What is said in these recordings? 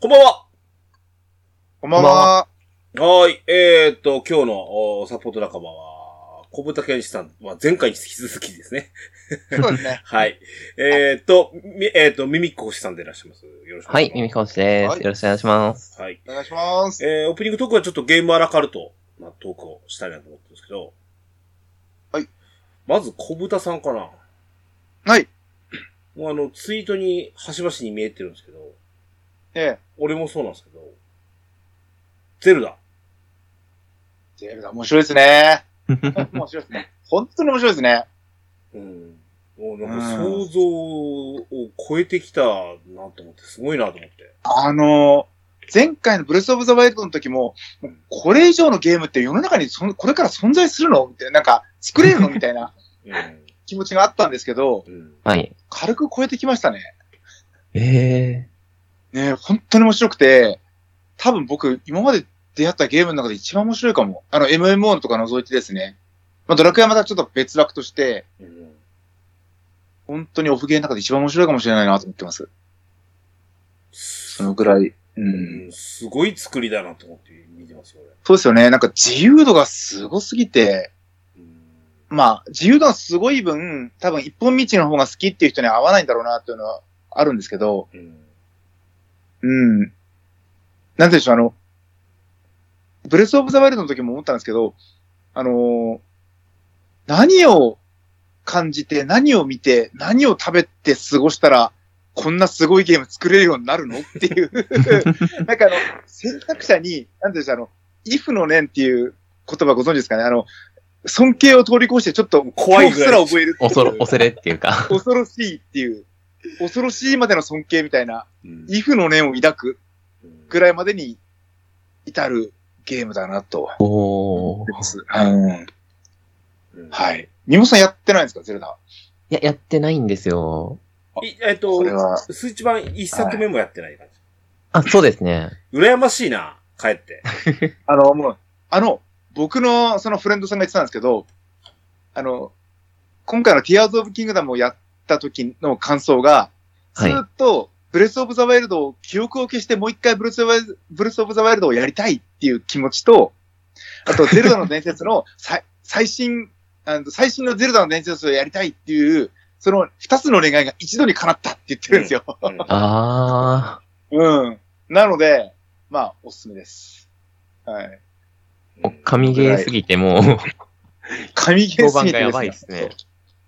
こんばんはこんばんは。はーい。えー、っと、今日のおサポート仲間は、小豚健一さんは前回に引き続きですね。 そうですね。はい。えー、っと、みえー、っと、ミミッコ星さんでいらっしゃいます。よろしくおは願いいし、ます。ミミコウチではす。いよろしくお願いします。はい。お願いします。えー、オープニングトークはちょっとゲームアラカルトなトークをしたいなと思ってるんですけど。はい。まず、小豚さんかな。はい。もうあの、ツイートに端々に見えてるんですけど、 ええ。俺もそうなんですけど、ゼルダ。ゼルダ面白いですね。面白いですね。本当に面白いですね。うん。もうなんか想像を超えてきたなと思って、すごいなと思って。あのー前回のブレスオブザワイルドの時も、もうこれ以上のゲームって世の中にそんこれから存在するのみたいな、なんか作れるのみたいな 気持ちがあったんですけど、うん。うん。はい。軽く超えてきましたね。ええねえ本当に面白くて、多分僕、今まで出会ったゲームの中で一番面白いかも。あの、MMO とか除いてですね。まあ、ドラクエはまたちょっと別枠として、うん。本当にオフゲーの中で一番面白いかもしれないなと思ってます。そすのぐらい。う。うんん、すごい作りだなと思って見てますよ、そうですよね。なんか自由度がすごすぎて、俺。うん。まあ、自由度がすごい分、多分一本道の方が好きっていう人には合わないんだろうなっていうのはあるんですけど、うん。うん。なんて言うんでしょう、あの、ブレスオブザワイルドの時も思ったんですけど、あのー何を感じて、何を見て、何を食べて過ごしたら、こんなすごいゲーム作れるようになるのっ ていう。なんかあの、選択者に、なんていうんでしょう、あの、if の念っていう言葉ご存知ですかねあの、尊敬を通り越してちょっと怖いぐらい恐怖すら覚える。恐ろ、恐れっていうか。恐ろしいっていう、恐ろしいまでの尊敬みたいな、うん。 if の念を抱くうんぐらいまでに至るゲームだなと。お お。うん。うんはい。みもさんやってないんですか、ゼルダ。いや、やってないんですよ。いえっとこ、れは。スイッチ版一作目もやってない感じ。あ、そうですね。羨ましいな、帰って。あの、もう、あの、僕のそのフレンドさんが言ってたんですけど、あの、今回の Tears of Kingdom をやった時の感想が、ずはいっと、ブレスオブザワイルドを記憶を消してもう一回ブレスオブザブレスオブザワイルドをやりたいっていう気持ちと、あと、ゼルダの伝説の 最最新、あの最新のゼルダの伝説をやりたいっていう、その二つの願いが一度に叶ったって言ってるんですよ。うんあ うん。なので、まあ、おすすめです。はい。ー。神ゲーすぎてもう、神ゲーすぎてですね評判がやばいっすね。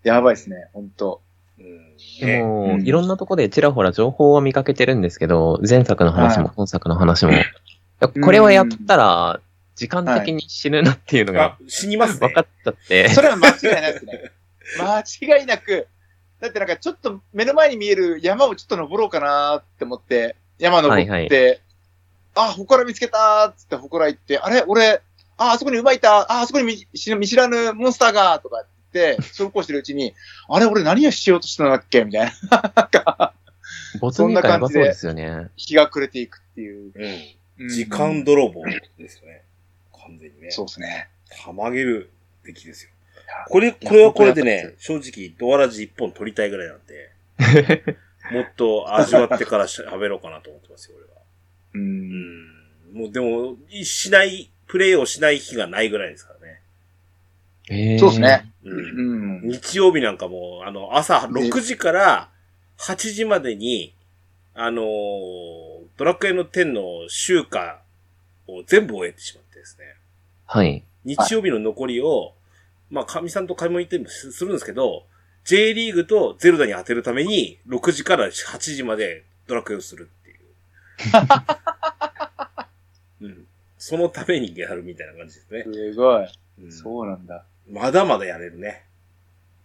やばいですね、本当。うんでねもう、んいろんなとこでちらほら情報は見かけてるんですけど、前作の話はも今作の話も。いやうんこれはやったら、時間的に死ぬなっていうのあが、死にますね分。かっちゃって。それは間違いないです ね。間違いなく、だってなんかちょっと目の前に見える山をちょっと登ろうかなって思って、山登って、はいあ、ほこら見つけたーっつってほこら行って、あれ俺、あ、あそこに馬いた、あ、あそこに見知見知らぬモンスターがとか言って、そうこうしてるうちに、あれ俺何をしようとしたんだっけみたいな。なんか、ボツニーカやばそうですよね。日が暮れていくっていう。うんうん時間泥棒ですよね。完全にね。そうですね。たまげるべきですよや。これ、これはこれでいやね、正直、ドアラジ一本取りたいぐらいなんで、もっと味わってからしゃ喋ろうかなと思ってますよ、 俺は。うう。んん。もうでも、いしない、プレイをしない日がないぐらいですからね。へーそうですね。うん。うん。日曜日なんかもう、あの、朝6時から8時までに、あのードラクエの10の集荷を全部終えてしまってですね。はい。日曜日の残りを、まあ、神さんと買い物行ってもすするんですけど、J リーグとゼルダに当てるために、6時から8時までドラクエをするって いう。うん。そのためにやるみたいな感じですね。すごい。うんそうなんだ。まだまだやれるね。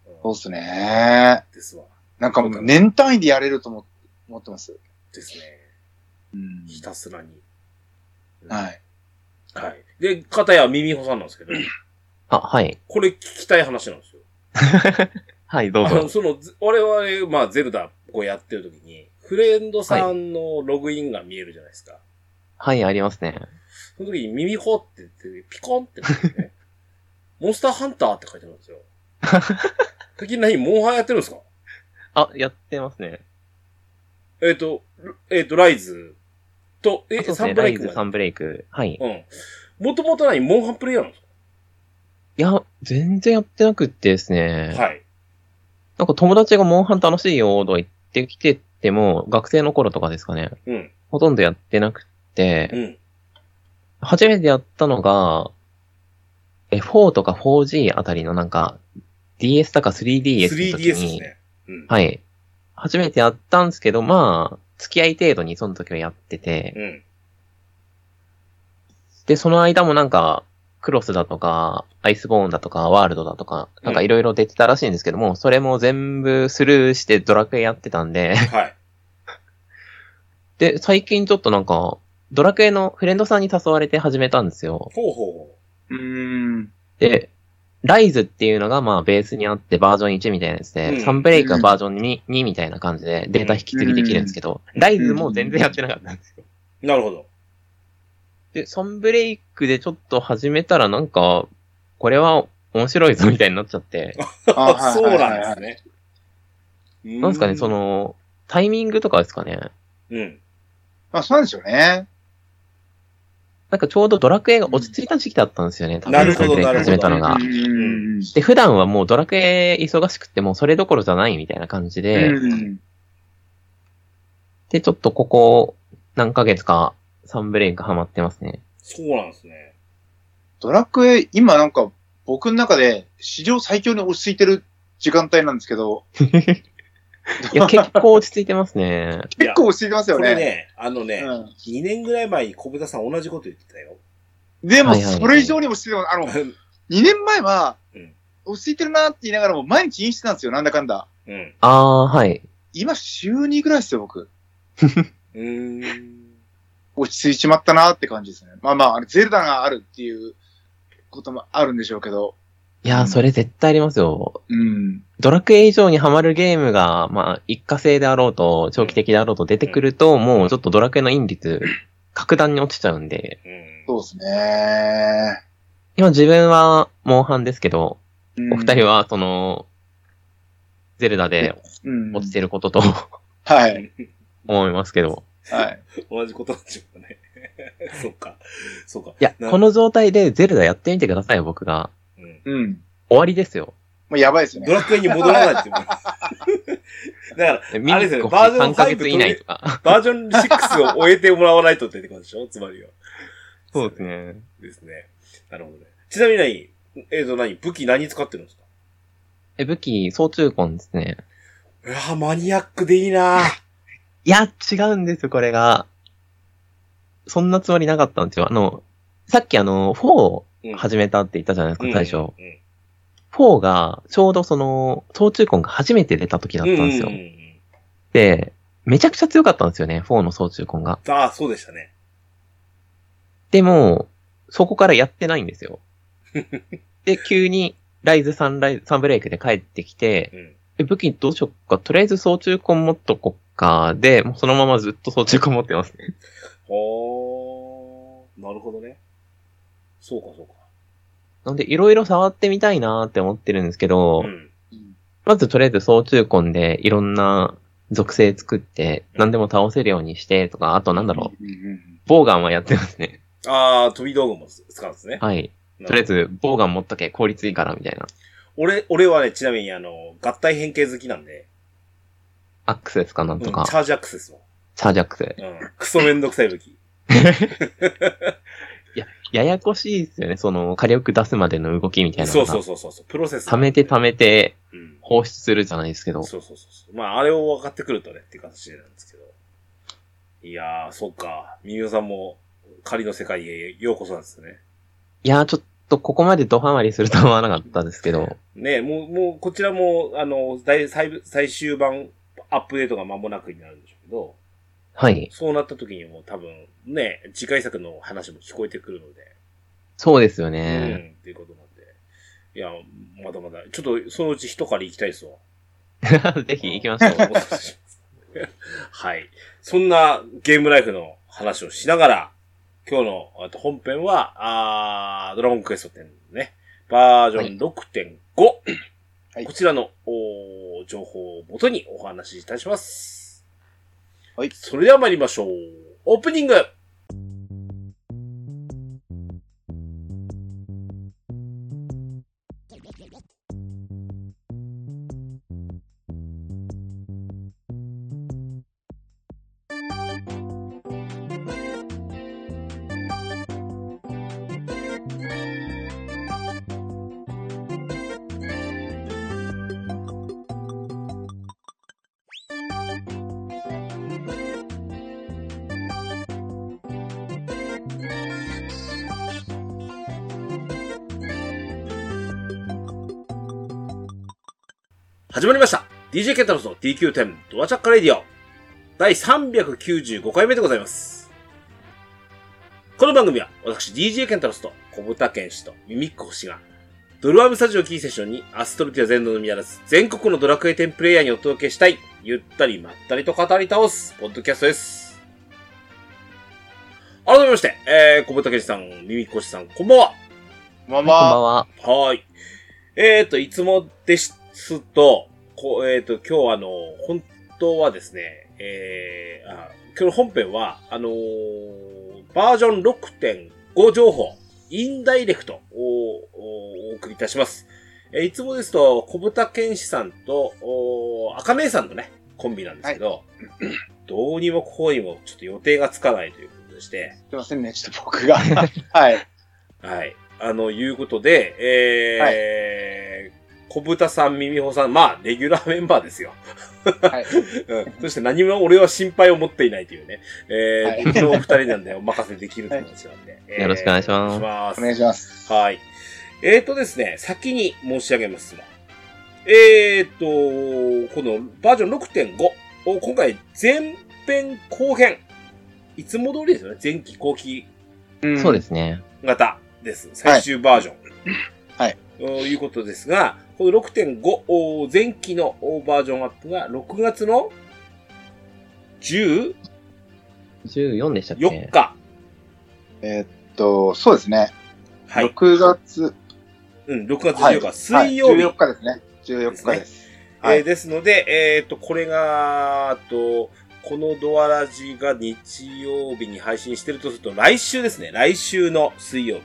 うそうんっすね。ですわ。なんかもう年単位でやれると思思ってます。ですね。うんひたすらに。はい。い。はい。で、片やミミホさんなんですけど、あ、はい。これ聞きたい話なんですよ。はい、どうあぞの、。その、ず我々、まあ、ゼルダをやってる時に、フレンドさんのログインが見えるじゃないですか。はい、ありますね。その時に耳ほって言って、ピコンってなって ね、モンスターハンターって書いてあるんですよ。的なにモンハンやってるんですかあ、やってますね。えっ、と、えっ、と、ライズと、え、あそうですサね、ンブラレイイクズまサで。ンブレイク。はい。うん。もともと何モンハンプレイヤーなんですいや、全然やってなくってですね。かはい。なんか友達がモンハン楽しいよとか言ってきてても、学生の頃とかですかね。うん。ほとんどやってなくって、うん。初めてやったのが、え、4とか 4G あたりのなんか、DS とか 3DS の 3DS 時ですに、ね。うん。はい。初めてやったんですけど、まあ、付き合い程度にその時はやってて、うん。で、その間もなんか、クロスだとか、アイスボーンだとか、ワールドだとか、なんかいろいろ出てたらしいんですけども、それも全部スルーしてドラクエやってたんで、 はい。で、最近ちょっとなんか、ドラクエのフレンドさんに誘われて始めたんですよ。ほうほうほうーん。で、ライズっていうのがまあベースにあってバージョン1みたいなやつで、うんサンブレイクがバージョン 2, 2みたいな感じでデータ引き継ぎできるんですけど、ライズも全然やってなかったんですよ。う。なるほど。で、サンブレイクでちょっと始めたらなんか、これは面白いぞみたいになっちゃって、あはいそうなんですね。なんですかね、その。の、タイミングとかですかね。うん。まあそうなんですよね。なんかちょうどドラクエが落ち着いた時期だったんですよね、多分なるほどサンブレイク始めたのがう。ん。で、普段はもうドラクエ忙しくてもうそれどころじゃないみたいな感じで、うん。で、ちょっとここ何ヶ月かサンブレイクハマってます ね。そうなんですね。ドラクエ、今なんか僕の中で史上最強に落ち着いてる時間帯なんですけど、いや、結構落ち着いてますね。結構落ち着いてますこよれね。ね、あのね、うん2年ぐらい前に小豚さん同じこと言ってたよ。でも、はいはいはいそれ以上に落ち着いてます。あの、2年前はうん、落ち着いてるなって言いながらも毎日インしてたんですよ、なんだかんだ。うん。あー、はい。今、週2ぐらいですよ、僕。うーん。落ち着いちまったなって感じですね。まあまあ、あのゼルダがあるっていうこともあるんでしょうけど。いやー、それ絶対ありますよ。うん。ドラクエ以上にハマるゲームが、まあ、一過性であろうと、長期的であろうと出てくると、もうちょっとドラクエの因率、格段に落ちちゃうんで、うん。そうですね。今自分は、モンハンですけど、うんお二人は、その、ゼルダでうん落ちてること とはい。思いますけど。はい。同じことなんでしょうかね。 そうか。そうか。いや、なこ、の状態でゼルダやってみてくださいよ、僕が。うんうん。終わりですよ。もうやばいですよドね。ラクエに戻らないって思う。だから、ミあれニですよコねバージョン3ヶ月以内とか。バージョン6を終えてもらわないとってってことでしょつまりは。そうですね。ですね。なるほどね。ちなみに何えっ、と何武器何使ってるんですかえ、武器、総中根ですね。うわぁマニアックでいいなぁ。いや、違うんですよ、これが。そんなつもりなかったんですよ。あの、さっきあの、4をうん始めたって言ったじゃないですか、最初。うん4が、ちょうどその、総中根が初めて出た時だったんですようう。うんで、めちゃくちゃ強かったんですよね、4の総中根が。ああ、そうでしたね。でも、そこからやってないんで すよ。で、急に、ライズサンライズ、サンブレイクで帰ってきて、うん。え、武器どうしよっか。とりあえず総中根持っとこっか。で、もうそのままずっと総中根持ってますね。ほー。なるほどね。そうか、そうか。なんで、いろいろ触ってみたいなーって思ってるんですけど、うん。まずとりあえず総中根でいろんな属性作って、何でも倒せるようにしてとか、あとなんだろう、うんうんボウガンはやってますね。ああ、飛び道具も使うんですね。はい。なとりあえるほどず、ボウガン持っとけ、効率いいから、みたいな。俺、俺はね、ちなみにあの、合体変形好きなんで、アックセスかなんうんチとャか、ージアクセスも。チャージアックセうん。クソめんどくさい武器。ス。ややこしいですよね、その、火力出すまでの動きみたいなそのうそうが。そうそうそう。プロセス。溜めて溜めてうん。放出するじゃないですけど。そうそうそうそう。まあ、あれを分かってくるとね、っていう形なんですけど。いやー、そうか。ミミオさんも仮の世界へようこそなんですね。いやー、ちょっとここまでドハマりするとは思わなかったですけど、ねえもう、もう、こちらも、あの、大最最終版アップデートが間もなくになるんでしょうけど、はい。そうなった時にもう多分、ね、次回作の話も聞こえてくるので、そうですようんね。、っていうことなんで。いや、まだまだ、ちょっとそのうち一狩り行きたいですわ。 ぜひ行きましょう。 はい。そんなゲームライフの話をしながら、今日のあと本編は、あードラゴンクエスト10のね、バージョン6.5、はいこちらのおー情報をもとにお話しいたします。はいそれでは参りましょう。オープニング始まりました !DJ ケンタロスの DQ10 ドアチャッカレディオ第395回目でございます。この番組は私 DJ ケンタロスと小豚健氏とミミック星がドルアムスタジオキーセッションにアストルティア全土のみならず全国のドラクエ10プレイヤーにお届けしたいゆったりまったりと語り倒すポッドキャストです。改めまして、えー、小豚健氏さん、ミミック星さん、こんばんは。まあこんばんまは。はーい。えーと、いつもですと、こえーと、今日あの、本当はですね、えー、あ今日の本編は、あのーバージョン6.5情報、インダイレクトをおお送りいたします。えーいつもですと、小豚健志さんと、お赤姉さんのね、コンビなんですけど、どうにもこうにもちょっと予定がつかないということでして、すいませんね、ちょっと 僕が。はい。はい。あの、いうことで、えー、小豚さん、ミミホさん、まあ、レギュラーメンバーですよ。はい。 うん。そして何も俺は心配を持っていないというね。えー、はい僕のお二人なんでお任せできるという話なんで。えーよろしくお願いしますお願いしおま願いします。。す。はい。えーとですね、先に申し上げますが、えーと、このバージョン6.5を今回前編後編、いつも通りですよね。前期後期そうですすね。型です。最終バージョン。はい。ということですが、この6.5おー前期のおーバージョンアップが6月の14 14でしたっけ日。えーっと、そうですね。はい。 6月、うん、6月14日、水曜はい日14。日ですね。14日です。はえーい。ですので、えっ、と、これが、あと、このドアラジが日曜日に配信してるとすると、来週ですね。来週の水曜日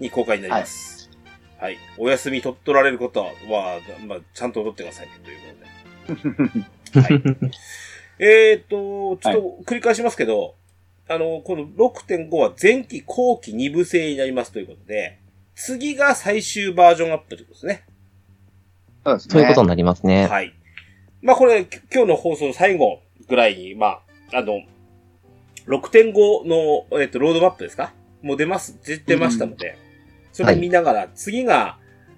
に公開になります。はい。お休み取っとられることは、まあ、ちゃんと取ってくださいね、ということで。はい。えっと、ちょっと繰り返しますけど、あの、この6.5は前期後期2部制になりますということで、次が最終バージョンアップということですね。そうですね。そういうことになりますね。はい。まあこれ、き今日の放送最後ぐらいに、まあ、あの、6.5の、えっ、と、ロードマップですかもう出ます、出出ましたので、それを見ながら、次が、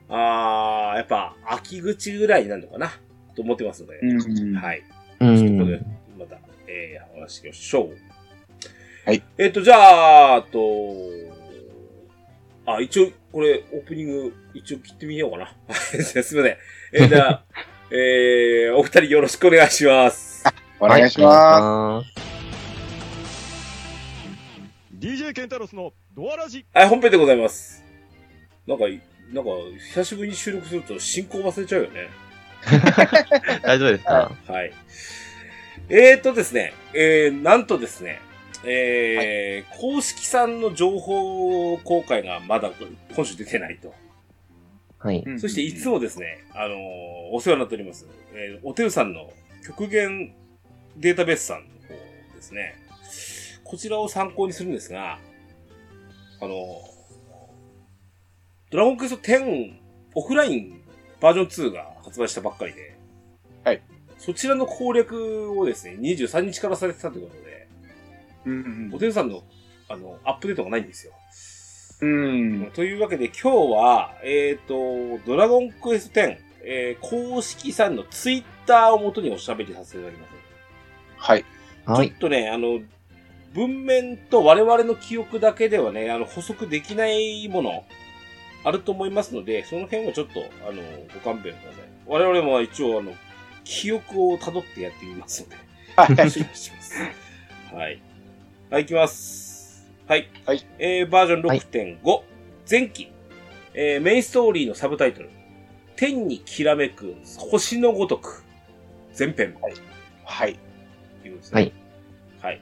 あーやっぱ、秋口ぐらいになるのかなと思ってますので、うん。はい。はい。うちょっとここでん。、また、えー、話しましょう。はい。えっ、と、じゃあ、あと、あ、一応、これ、オープニング、一応切ってみようかな。 すみません。えー、じゃあ、えー、お二人よろしくお願いします。お願いします。す。 DJ ケンタロスのドアラジはい、本編でございます。なんか、なんか、久しぶりに収録すると進行忘れちゃうよね。大丈夫ですかはい。えーとですね、えー、なんとですね、えー公式さんの情報公開がまだ今週出てないと。はい。うんそしていつもですね、あのーお世話になっております、えーおてうさんの極限データベースさんの方ですね。こちらを参考にするんですが、あのードラゴンクエスト10オフラインバージョン2が発売したばっかりで、はい。そちらの攻略をですね、23日からされてたということで、うんおてうさんの、あの、アップデートがないんですよ。うん。というわけで今日は、えっ、と、ドラゴンクエスト10、えー公式さんのツイッターを元におしゃべりさせていただきます。はい。はちいょ。っとね、あの、文面と我々の記憶だけではね、あの、補足できないもの、あると思いますので、その辺はちょっと、あの、ご勘弁ください。我々も一応、あの、記憶を辿ってやってみますので。は失礼します。はい。はい、いきます。はい。はいえー、バージョン6.5、前期、えー、メインストーリーのサブタイトル、天にきらめく星のごとく、前編、はい。いうことですね。はい。はい。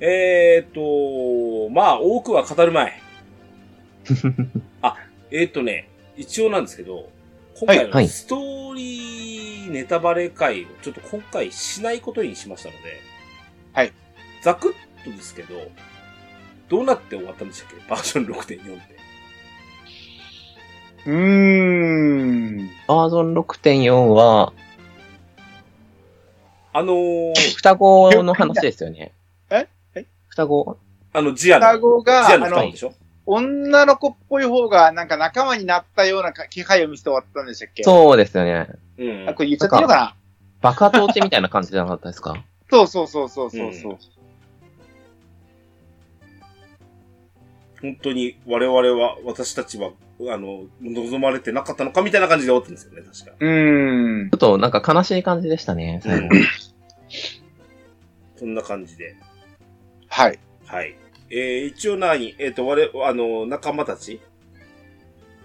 えーっと、まあ、多くは語る まい。えーっとね、一応なんですけど、今回はいのストーリーネタバレ会をちょっと今回しないことにしましたので、はい。ざくっとですけど、どうなって終わったんでしたっけバージョン6.4って。うーん。バージョン6.4は、あのー、双子の話ですよね。ええ双子あの、ジアの、双子が、ジアあのの双は子い、でしょ女の子っぽい方が、なんか仲間になったようなか気配を見せて終わったんでしたっけそうですよね。うんあ、。これ言っちゃっていいのかな爆発落ちみたいな感じじゃなかったで すかそうそうそうそうそうそう、うん本当に我々は、私たちは、あの、望まれてなかったのかみたいな感じで終わってるんですよね、確か。うーんちょ。っとなんか悲しい感じでしたね、最後。そんな感じで。はい。はい。えー、一応何えっ、と、我々、あの、仲間たち、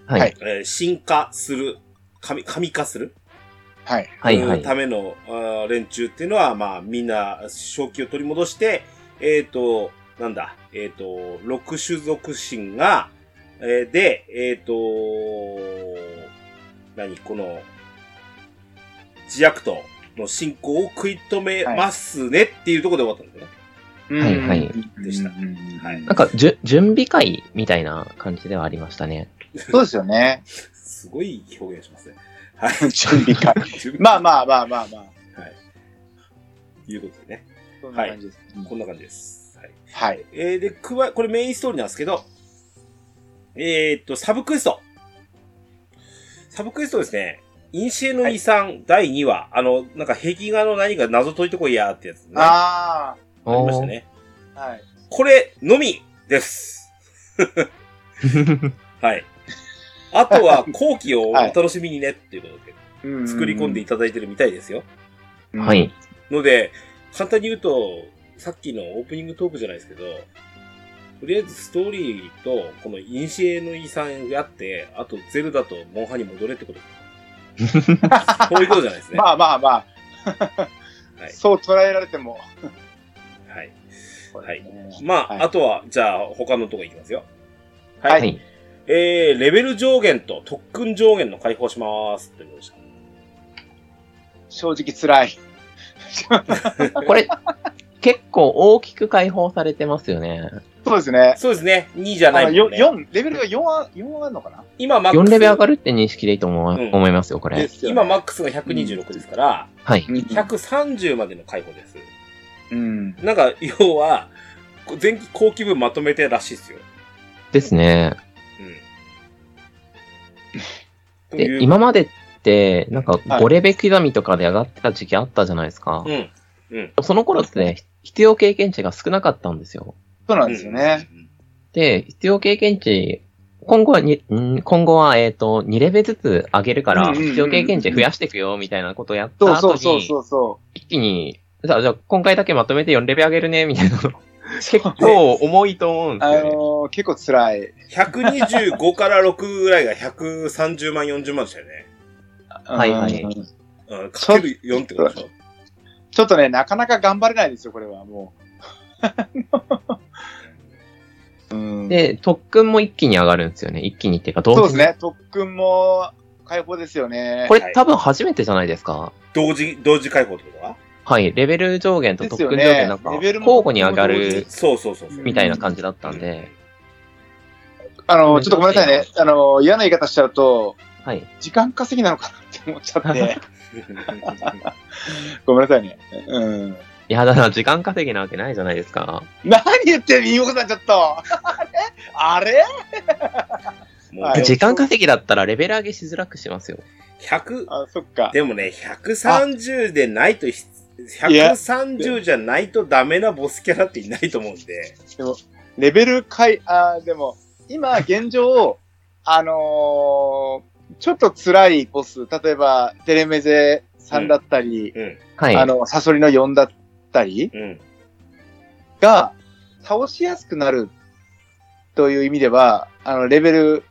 はい。ははいい、えー進化する、神、神化するはい。はい、はうんい。ためのあー連中っていうのは、まあ、みんな、正気を取り戻して、えっ、と、なんだ、えっ、と、六種族神が、えーで、えっ、と、何、この、自悪党の進行を食い止めますねっていうところで終わったんだよね。はいはいでしたはいなんか、じゅ、準備会みたいな感じではありましたね。そうですよ ね。すごい表現しますね。はい。 準備会。まあまあまあまあまあ。あ。はい。ということでね、そんな感じです。うんこんな感じです。はい。はい。えー、で、くわ、これメインストーリーなんですけど、えー、っと、サブクエスト。サブクエストですね。インシエの遺産第2話、あの、なんか壁画の何か謎解いてこいやーってやつね。あありましたね。あ、はい。これのみです。 はい。あとは後期をお楽しみにねっていうことでうん作り込んでいただいてるみたいですよ。おーは。い。ので、簡単に言うと、さっきのオープニングトークじゃないですけど、とりあえずストーリーと、このインシエの遺産があって、あとゼルダとモンハンに戻れって こと。そういうことじゃないですね。まあまあまあ。はいそう捉えられても。はい。はい。まあ、はいあとは、じゃあ他のとこ行きますよ。はい。はい。えー、レベル上限と特訓上限の解放します。ってことでした。正直辛い。 これ、結構大きく解放されてますよね。そうですね。そうですね。2じゃなあいの、もんよね。四レベルが4あ、四あるのかな今マックス。 4レベル上がるって認識でいいと思,、うん思いますよ、こでれ。すよね今マックスが126ですから、はい。 130までの解放です。うん。なんか、要は、こ前期後期分まとめてらしいですよ。ですね。うん。といで、う今までって、なんかはい5レベル刻みとかで上がってた時期あったじゃないですか。うん。その頃ってね、必要経験値が少なかったんですよ。そうなんですよね。で、必要経験値、今後はに、ん今後は、えっ、と、2レベルずつ上げるかうら、んうんうんうん必要経験値増やしていくよ、みたいなことをやっそたうそ後うそうに、そうそ一気に、じゃあ、じゃあ今回だけまとめて4レベル上げるね、みたいなの。結構重いと思うんう。であすよ、ね。のー、結構辛い。 125から6ぐらいが130万、40万でしたよね。はいはいうんうん。かける4ってことでしょ。ちょっとね、なかなか頑張れないですよ、これは、もう。 うん、で、特訓も一気に上がるんですよね。一気にっていうか、同そうで時すに。ね、特訓も解放ですよね。こはれい多分初めてじゃないですか。同時、同時解放ってことははい、レベル上限と特訓上ですよね限なんか、レ交ベルも互に上がるそうそうそうそう。みたいな感じだったんで、あの、ちょっとごめんなさいね、あの、嫌な言い方しちゃうと、はい。時間稼ぎなのかなって思っちゃって、 ごめんなさいね。うん。いや、だから時間稼ぎなわけないじゃないですか。何言ってんの、みもこさん、ちょっと。 あれもうはい時間稼ぎだったらレベル上げしづらくしますよ。 100、あ、そっか。でもね、130でないとひ、いや130じゃないとダメなボスキャラっていないと思うんで。レベル解、あーでも、今、現状、あのーちょっと辛いボス、例えば、テレメゼさんだったり、うん。はい。あの、サソリの4だったりうん。が、倒しやすくなるという意味では、あの、レベル、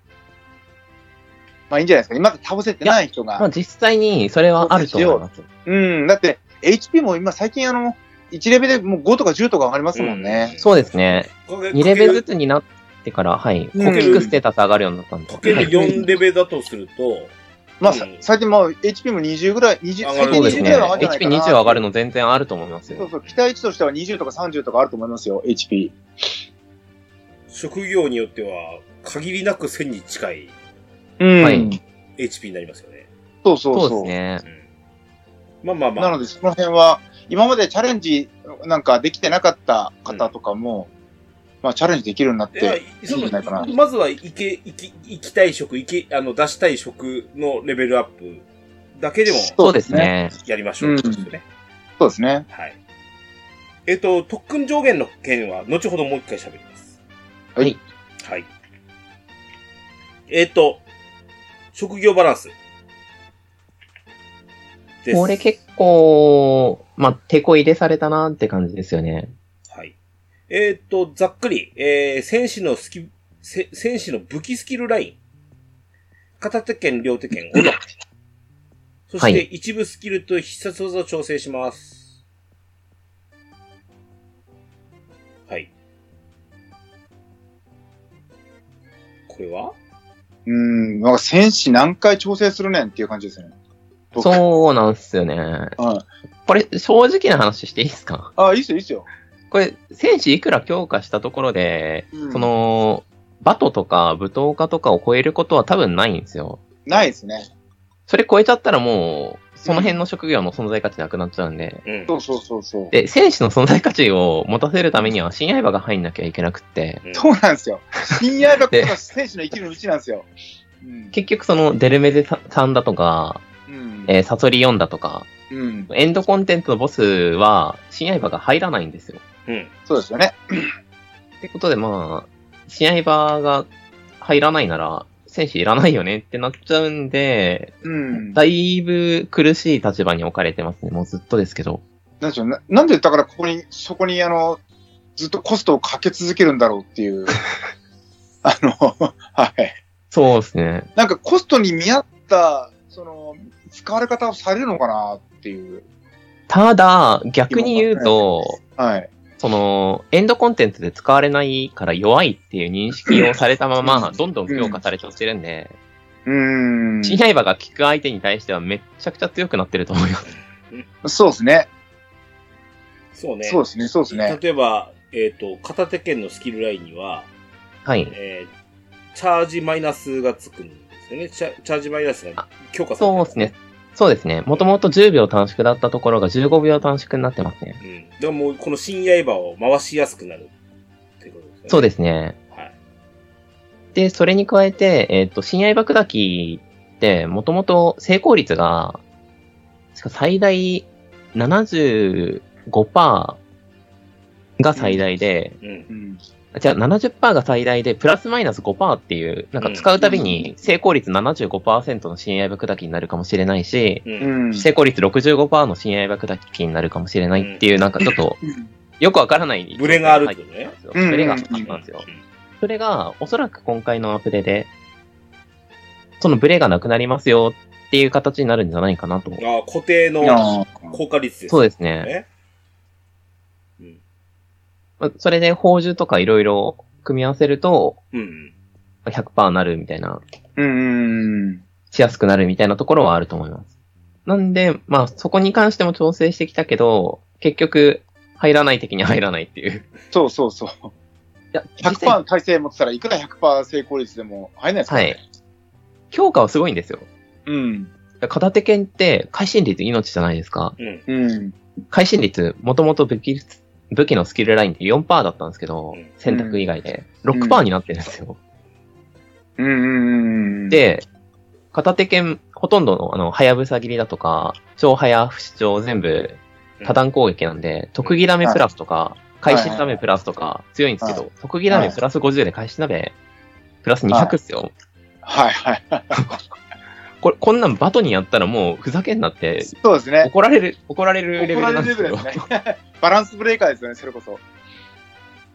まあいいんじゃないですか。今まで倒せてない人まあが。実際にそれはあると思います。うん、だって、HP も今最近あの、1レベルでもう5とか10とか上がりますもんね。そうですね。2 2レベルずつになってから、はい。うん大きくステータス上がるようになったんでかけるはい4レベルだとすると、まあ、うんさ最近もう HP も20ぐらい、20、上が最る近そうです20ぐね。らいは上がるんじゃないかな。 HP20 上がるの全然あると思いますそうよ。そう、期待値としては20とか30とかあると思いますよ、HP。職業によっては、限りなく1000に近いうん。はい、 HP になりますよね。そうそうそ。そううですね。まあまあまなあ。ので、その辺は、今までチャレンジなんかできてなかった方とかも、まあ、チャレンジできるようになっいやて、そいいんじゃないかなのまずは、いけ、いき、行きたい職、いき、あの、出したい職のレベルアップだけでもそうですね。やりましょうってことですよね。そうですね。はい。えっ、と、特訓上限の件は、後ほどもう一回喋ります。はい。はい。えっ、と、職業バランス。ですこれ結構、まあ、手こ入れされたなって感じですよね。はい。えっ、と、ざっくり、えー、戦士のスキ、せ戦士の武器スキルライン。片手剣、両手剣、斧。そはしいて、一部スキルと必殺技を調整します。はい。これはうん、なんか戦士何回調整するねんっていう感じですね。僕そうなんですよね。はい。これ、正直な話していいですかあ、いいっすよ、いいっすよ。これ、戦士いくら強化したところで、うんその、バトとか武闘家とかを超えることは多分ないんですよ。ないですね。それ超えちゃったらもう、その辺の職業の存在価値なくなっちゃうんで。うん。そうそうそうそう。で、戦士の存在価値を持たせるためには、新刃が入んなきゃいけなくって、うんそうなんです よ。新刃こそでが戦士の生きる道なんですよ。うん。結局その、デルメゼさんだとか、うん。えーサソリ4だとか、うん。エンドコンテンツのボスは、新刃が入らないんですよ。うん。そうですよね。ってことで、まあ、試合場が入らないなら、選手いらないよねってなっちゃうんで、うん。だいぶ苦しい立場に置かれてますね。もうずっとですけど。なんでしょうな、なんでだからここに、そこにあの、ずっとコストをかけ続けるんだろうって いう。あの、はい。そうですね。なんかコストに見合った、その、使われ方をされるのかなっていう。ただ、逆に言うと、はい。その、エンドコンテンツで使われないから弱いっていう認識をされたまま、どんどん強化されちゃってるんで、うーん。新刃が効く相手に対してはめっちゃくちゃ強くなってると思います。そうですね。そうね。そうですね。そうですね。例えば、えっ、と、片手剣のスキルラインには、はい。えー、チャージマイナスがつくんですよね。チャチャージマイナスが強化されてそうるですね。そうですね。もともと10秒短縮だったところが15秒短縮になってますね。うん。だからもう、この新刃を回しやすくなるっていうことですね。そうでですね。す。はい。で、それに加えて、えっ、と、親愛爆きって、もともと成功率が、確か最大75%が最大で、うん。うん。じゃあ70%が最大で、プラスマイナス5%っていう、なんか使うたびに成功率75%の親愛爆きになるかもしれないし、う。うんん。成功率65%の親愛爆きになるかもしれないっていう、なんかちょっと、よくわからない。ブレがあるってことね。ブレがあったそうんですよ。それが、おそらく今回のアップデで、そのブレがなくなりますよっていう形になるんじゃないかなと。ああ、固定いやーの効果率です、そうでですね。ね。うん。まあそれで、宝珠とかいろいろ組み合わせると、うん。 100%なるみたいな、うん。しやすくなるみたいなところはあると思います。なんで、まあ、そこに関しても調整してきたけど、結局、入らない敵に入らないっていう。そうそうそう。いや、実100%際の体制持ってたら、いくら100%成功率でも入らないですからね。はい。強化はすごいんですよ。うん。片手剣って、会心率命じゃないですか。うん。うん。会心率、もともと武器、武器のスキルラインって4%だったんですけどうん、選択以外でん6%になってるんですよ。うんうん。うん、で、片手剣、ほとんどの、あの、はやぶさ切りだとか、超はや不死鳥全部、多段攻撃なんで、特技ダメプラスとか、会心ダメプラスとか強いんですけはど、特技ダメプラス50で会心ダメプラス200っすよ。はいはい。これ、こんなんバトにやったらもうふざけんなって、そうですね。怒られる、怒られるレベル怒らなれんでるレすベけルどです、ね。 バランスブレーカーですよね、それこそ。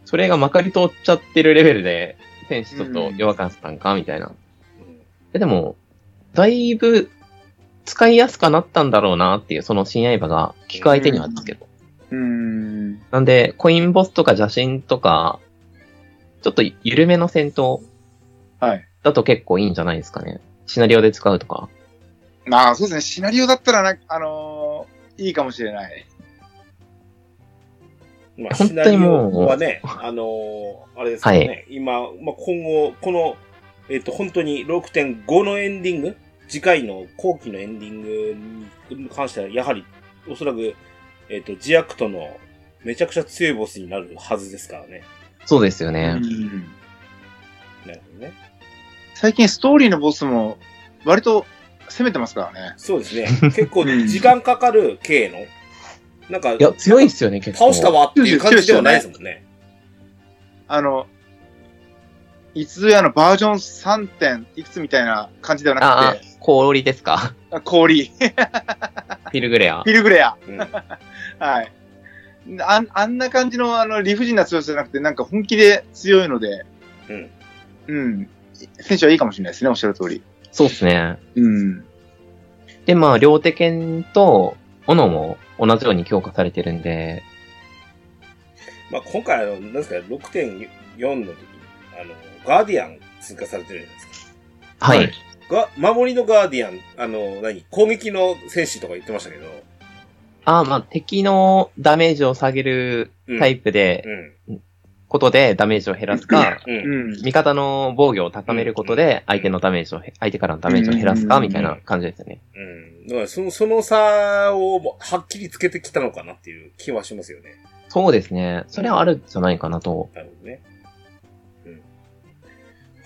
それがまかり通っちゃってるレベルで、選手ちょっと弱かったんか、みたいな。えでも、だいぶ使いやすくなったんだろうなっていう、その新刃が聞く相手にはですけど。うん。なんで、コインボスとか邪神とか、ちょっと緩めの戦闘はい。だと結構いいんじゃないですかね。シナリオで使うとか。まあそうですね、シナリオだったらな、あのーいいかもしれない。まあ、本シナ当リにもうオはね、あのーあれですけどね、は今、まあ、今後、この、えっ、と、本当に6.5のエンディング、次回の後期のエンディングに関しては、やはり、おそらく、えっ、と、ジアクトのめちゃくちゃ強いボスになるはずですからね。そうですようね。んなるほどね。最近ストーリーのボスも、割と攻めてますからね。そうです ね。結構時間かかる系の。なんか、いや、強いっすよね、結構。倒したわっていう感じではないですもんね。あの、いつぞやのバージョン3点いくつみたいな感じではなあくてあ、氷ですか。あ、氷、 フフィルグレア。ィルグレア。うんはい。あんあんな感じのあの理不尽な強さじゃなくて、なんか本気で強いので、うん。うん。選手はいいかもしれないですね、おっしゃる通り。そうっすね。うん。で、まあ、両手剣と、斧も同じように強化されてるんで、まあ、今回、あの、なんですか、6.4の時、あの、ガーディアン追加されてるじゃないですはい。はいか。が、守りのガーディアン、あの、何攻撃の戦士とか言ってましたけど。ああ、まあ、敵のダメージを下げるうんタイプで、うん。ことでダメージを減らすか、うん。うん。味方の防御を高めることで、相手のダメージをへ、相手からのダメージを減らすか、うんみたいな感じですよね。うん。だから、その、その差を、はっきりつけてきたのかなっていう気はしますよね。そうですね。それはあるんじゃないかなと。なるほどね。うん。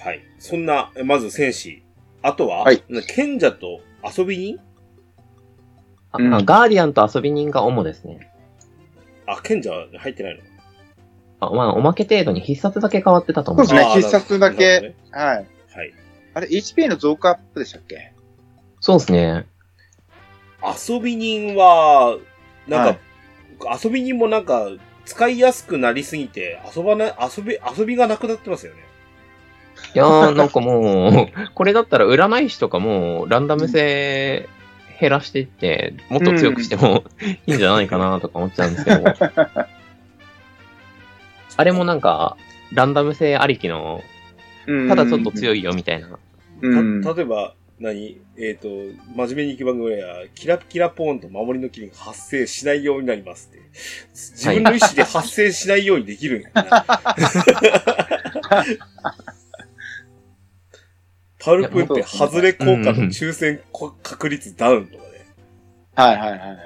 はい。そんな、えまず戦士。あとは、はい賢者と遊び人あうんあガーディアンと遊び人が主ですね。あ、賢者は入ってないのあまあ、おまけ程度に必殺だけ変わってたと思そううで。すねあー必殺だけなるほどねはい。はい。あれ、HP の増加アップでしたっけそうですね。遊び人は、なんはか、遊び人もなんか、使いやすくなりすぎて、遊ばない、遊び、遊びがなくなってますよね。いやー、なんかもう、 これだったら占い師とかもうランダム性減らしていって、もっと強くしてもいいんじゃないかなとか思っちゃうんで すけど。あれもなんか、ランダム性ありきの、ただちょっと強い。いよみたいな。うん。た例えば、何えっ、と、真面目に行く番組や、キラキラポーンと守りの霧が発生しないようになりますって。自分の意思で発生しないようにできるんや な。パルプンって外れ効果の抽選こ確率ダウンとかね。はいはいはいはい。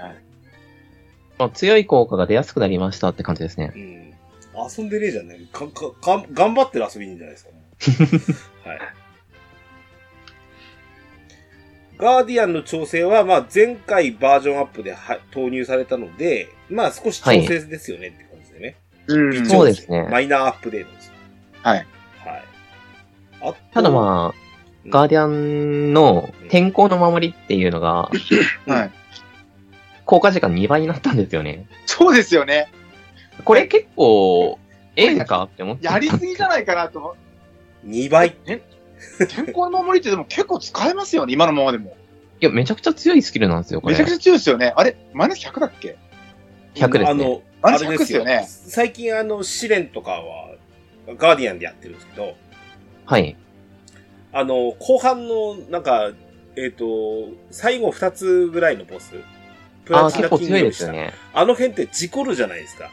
まあ、強い効果が出やすくなりましたって感じですね。うん。遊んでねえじゃんね。か、か、か、頑張ってる遊びにじゃないですか。 はい。ガーディアンの調整は、まあ、前回バージョンアップでは投入されたので、まあ、少し調整ですよねって感じでね。う微ん。調整そうですねマイナーアップデートです。はい。はい。あとただまあ、ガーディアンの天候の守りっていうのが、はい。効果時間2倍になったんですよね。そうですよね。これ結構、ええんかって思って。やりすぎじゃないかなと思う。 2倍。健康の守りってでも結構使えますよね、今のままでも。いや、めちゃくちゃ強いスキルなんですよ、こめれ。ちゃくちゃ強いですよね。あれマイナス100だっけ100ですねあの、あれあれですよ100ですよね最近あの、試練とかは、ガーディアンでやってるんですけど、はい。あの、後半の、なんか、えっ、と、最後二つぐらいのボス。プああ、キナ結構キン強いグでですよね。あの辺って事故るじゃないですか。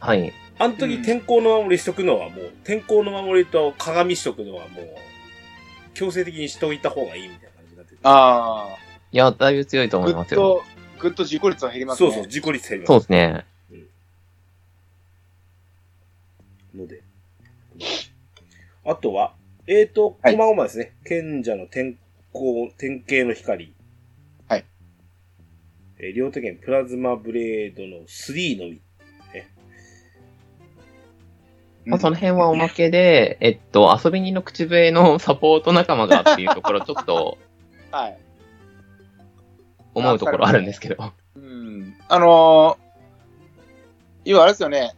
はい。あの時うん天候の守りしとくのはもう、天候の守りと鏡しとくのはもう、強制的にしといた方がいいみたいな感じになってて。あいや、だいぶ強いとあ。思ぐいまっすよ。と、ぐっと事故率は減りますそね。うそう、事故率減ります。そうですね。ので。あとは、えーと、はいこまごまですね。賢者の天候、天形の光。はい。えー両手剣プラズマブレードの3のみ。うんまあ、その辺はおまけで、えっと、遊び人の口笛のサポート仲間がっていうところ、ちょっとはい。思うところあるんですけ ど。うん。あのー、要はあれですよね、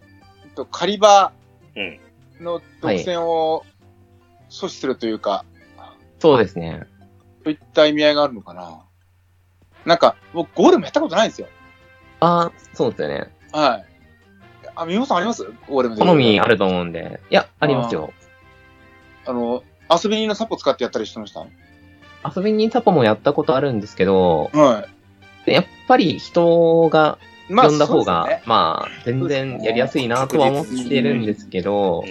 えっとカリバうんーの独占を阻止するというか、そうですね。そういった意味合いがあるのかな。なんか、僕、ゴールもやったことないんですよ。ああ、そうですよね。はい。あ、みほさんありますゴールも。好みあると思うんで。いや、ありますよ。あの、遊び人のサポ使ってやったりしてました。遊び人サポもやったことあるんですけど、はやっぱり人がい。ま呼んだ方そうですがね、まあ、全然やりやすいなとは思ってるんですけど、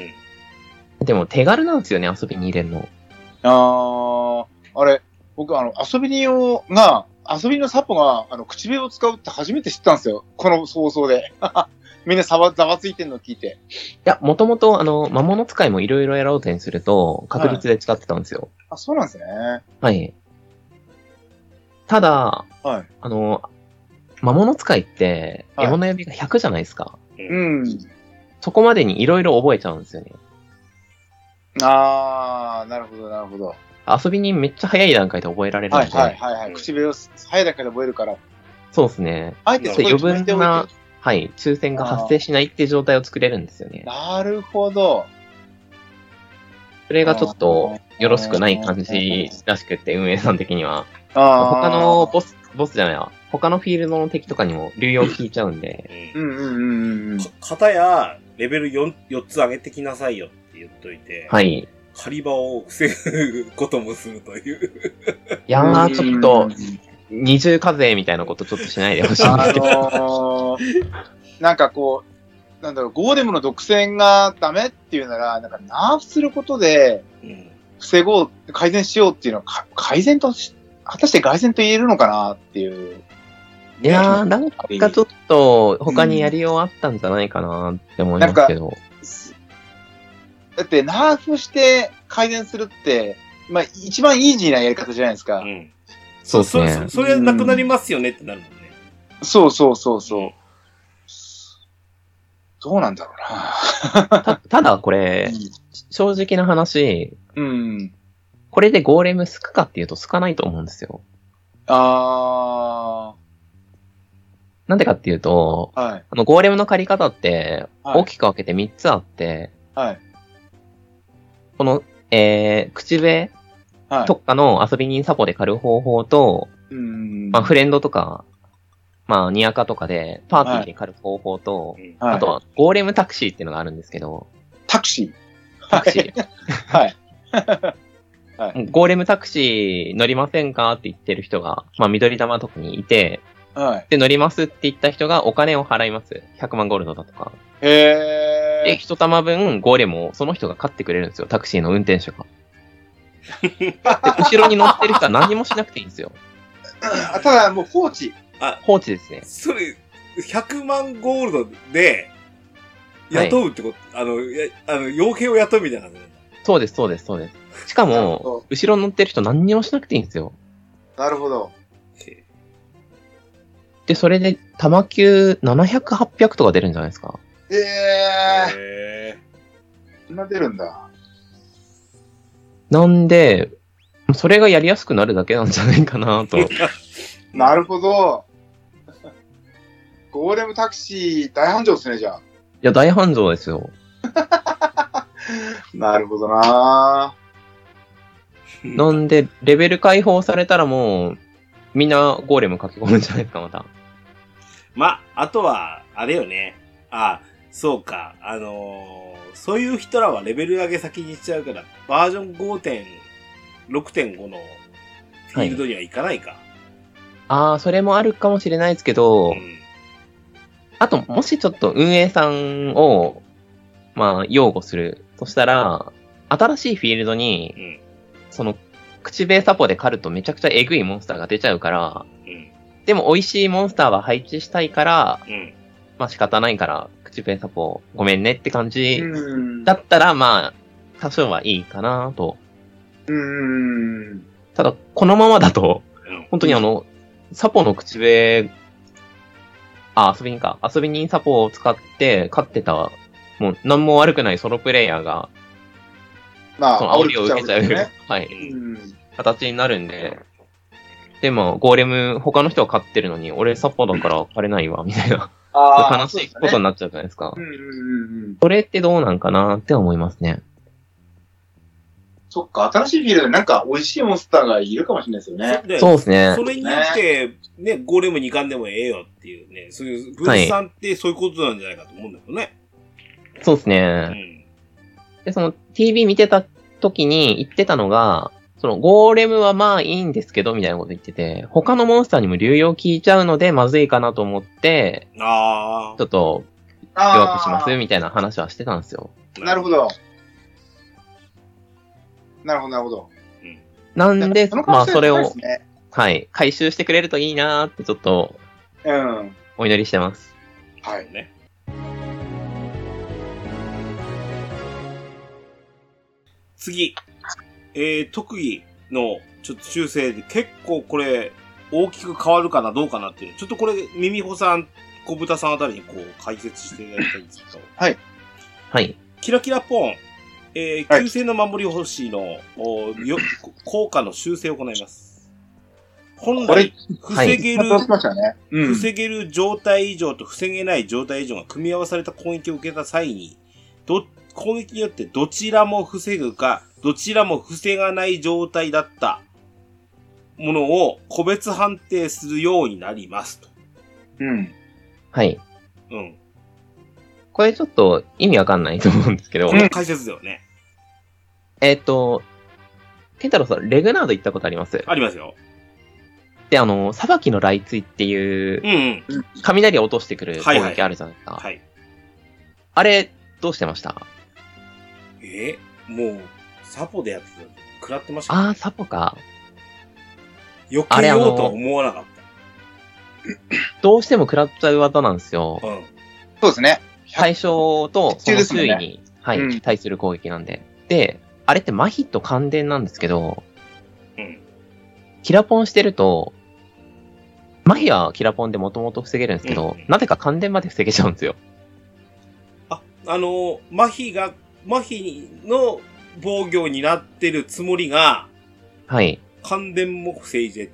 でも手軽なんですよね、遊びに入れるの。あーあれ、僕、あの、遊び人をが、遊び人のサポが、あの、口笛を使うって初めて知ったんですよ。この放送で。 みんなざわざわついてるのを聞いて。いや、もともと、あの、魔物使いもいろいろやろうとにすると、確率で使ってたんですよ。あ、そうなんですね。はい。ただ、はい。あの、魔物使いって、はい獲物呼びが100じゃないですか。うん。そこまでにいろいろ覚えちゃうんですよね。あー、なるほど、なるほど。遊びにめっちゃ早い段階で覚えられるんはで、い、はい、はいはい。唇を早いだけで覚えるから、そうですね。あえてそこで決めておいて。余分はい。抽選が発生しないっていう状態を作れるんですよね。なるほど。それがちょっと、よろしくない感じらしくって、運営さん的には。あー他のボス、ボスじゃないわ。他のフィールドの敵とかにも流用聞いちゃうんで。う。うんんうんうんうん。か片や、レベル 4, 4つ上げてきなさいよって言っといて、はい。狩り場を防ぐこともするという。いやー、ちょっうとん、二重課税みたいなことちょっとしないでほしいんであすけど。のー、 なんかこう、なんだろう、ゴーデムの独占がダメっていうなら、なんかナーフすることでうん。防ごう、改善しようっていうのは、か改善とし、果たして改善と言えるのかなっていう。いやー、なんかちょっと、他にやりようあったんじゃないかなって思いますけど。だって、ナーフして改善するって、まあ、一番イージーなやり方じゃないですか。うん。そうですそねそ。それなくなりますよねってなるもんね。そうそうそうそう。どうなんだろたただこうれな、。正直な話、うん。これでゴーレムすくかっていうとすかないと思うんですよ。あなんでかっていうと、ー、はい、あの、ゴーレムの借り方って、はい大きく分けて3つあって、はい、この、えー、口笛はい。特化の遊び人サポで狩る方法と、うん。まあ、フレンドとか、まあ、ニアカとかで、パーティーで狩る方法と、うんはいあとは、ゴーレムタクシーっていうのがあるんですけど、タクシー。タクシー。はい。 ゴーレムタクシー乗りませんかって言ってる人が、まあ、緑玉とかにいて、はい。で、乗りますって言った人がお金を払います。100万ゴールドだとか。へで、え。一玉分ゴーレムをその人が買ってくれるんですよ、タクシーの運転手が。で後ろに乗ってる人は何もしなくていいんですよ。あただ、もう放置。放置ですね。それ、100万ゴールドで、雇うってこと、あの、やあの、傭兵を雇うみたいな感じなんだそうです、そうです、そうです。しかなるほもど、後ろに乗ってる人何にもしなくていいんですよ。なるほど。へで、それで、玉球700、800とか出るんじゃないですか。ええ。えそんな出るんだ。なんで、それがやりやすくなるだけなんじゃないかな と。なるほど。ゴーレムタクシー大繁盛ですね、じゃあ。いや、大繁盛ですよ。なるほどななんで、レベル解放されたらもう、みんなゴーレム書き込むんじゃないですか、また。ま、あとは、あれよね。あ、そうか。あのーそういう人らはレベル上げ先にしちゃうから、バージョン5.6.5のフィールドにはいかないか。ああ、それもあるかもしれないですけど、うんあと、もしちょっと運営さんを、まあ、擁護するとしたら、新しいフィールドに、うんその、口笛サポで狩るとめちゃくちゃエグいモンスターが出ちゃうから、うん。でも美味しいモンスターは配置したいから、うん。まあ仕方ないから、口笛サポごめんねって感じうん。だったら、まあ、多少はいいかなと。うん。ただ、このままだと、うん本当にあの、サポの口笛、あ、遊び人か。遊び人サポを使って勝ってた、もう何も悪くないソロプレイヤーが、まその煽りを受けちゃう、煽りをね はい、うん。形になるんで、でも、ゴーレム、他の人は勝ってるのに、俺サポだから枯れないわ、みたいな、あー悲しいことになっちゃうじゃないですかう。んうんうんうん。それってどうなんかなって思いますね。そっか、新しいフィールドになんか美味しいモンスターがいるかもしれないですよね。でそうですねそ。れによって、ね、ゴーレム2巻でもええよっていうね、そういう、分散ってそういうことなんじゃないかと思うんだけどね。そうですね。で、その TV 見てた時に言ってたのが、そのゴーレムはまあいいんですけど、みたいなこと言ってて、他のモンスターにも流用聞いちゃうので、まずいかなと思って、うん。あちょっとあー弱くしますみたいな話はしてたんですよ。あ。なるほど。ど。なるほど、なるほど。なんで、その可ま能あ性それ高いでをす、ねはい、回収してくれるといいなーってちょっとうん。お祈りしてます。はい。ね。次。えー、特技のちょっと修正で結構これ大きく変わるかな、どうかなっていう。ちょっとこれ、ミミホさん、小豚さんあたりにこう、解説していただきたいんですけど。はい。キラキラポン、えー、はい旧姓の守り星の、およ効果の修正を行います。本これ来、防げる、発しましたね。うん。防げる状態以上と防げない状態以上が組み合わされた攻撃を受けた際に、ど、攻撃によってどちらも防ぐか、どちらも防がない状態だったものを個別判定するようになりますと。うん。はい。うん。これちょっと意味わかんないと思うんですけどこ、の解説だよね。えっと、ケンタロウさん、レグナード行ったことありますありますよ。で、あの、裁きの雷墜っていうう、んうん。雷を落としてくる攻はいはい撃あるじゃないですか。はい。あれ、どうしてましたえもう、サポでやってたの食らってましたあー、よサポか。避あけれあのようとは思わなかっどうしても食らっちゃう技なんですよた。。うん。そうですね。対象とその周囲に、はい、うん対する攻撃なんで。で、あれって麻痺と感電なんですけど、うん。キラポンしてると、麻痺はキラポンでもともと防げるんですけど、うんなぜか感電まで防げちゃうんですよ。あ、あのー、麻痺が、麻痺の防御になってるつもりが、はい。感電も防いで、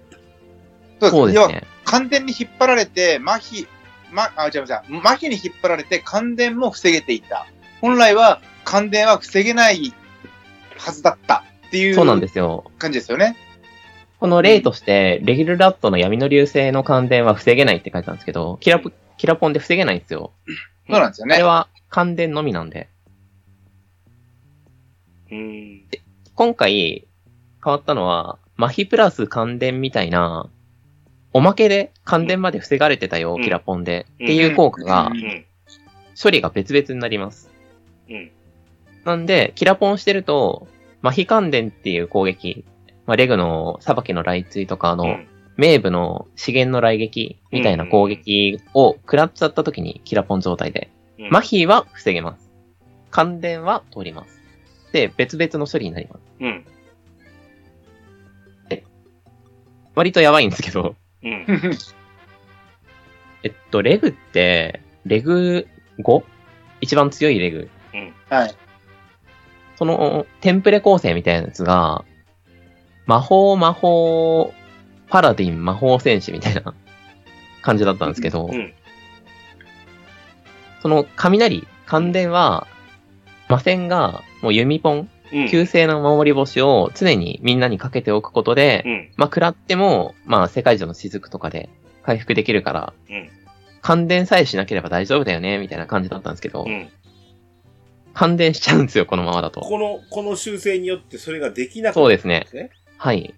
そうです要はね。完全に引っ張られて、麻痺、ま、あ、違う違う。麻痺に引っ張られて、感電も防げていた。本来は、感電は防げないはずだったっていうそうなんで感すよ。じですよね。この例として、レギュラットの闇の流星の感電は防げないって書いてあるんですけど、キラポキラポンで防げないんですよ。うんそうなんですよあれね。は感電のみなんで。うん。今回変わったのは、麻痺プラス感電みたいな、おまけで感電まで防がれてたよ、うんキラポンで。っていう効果がう、ん。処理が別々になります。うん。なんで、キラポンしてると、麻痺感電っていう攻撃、まあ、レグの裁きの雷墜とかうの、ん。名部の資源の雷撃みたいな攻撃を食らっちゃった時にキラポン状態で、うん麻痺は防げます。感電は通ります。で、別々の処理になります。うん。割とやばいんですけど、うん。えっと、レグって、レグ 5? 一番強いレグ。 はい。その、テンプレ構成みたいなやつが、魔法、魔法、パラディン、魔法戦士みたいな 感じだったんですけど、うんその、雷、感電は、魔線が、もう弓ポン、うん。旧星の守り星を常にみんなにかけておくことで、うん。まあ、食らっても、まあ、世界中の雫とかで回復できるから、うん感電さえしなければ大丈夫だよね、みたいな感じだったんですけど、うん。感電しちゃうんですよ、このままだと。この、この修正によってそれができなくそうなるんですね。ですね。はい。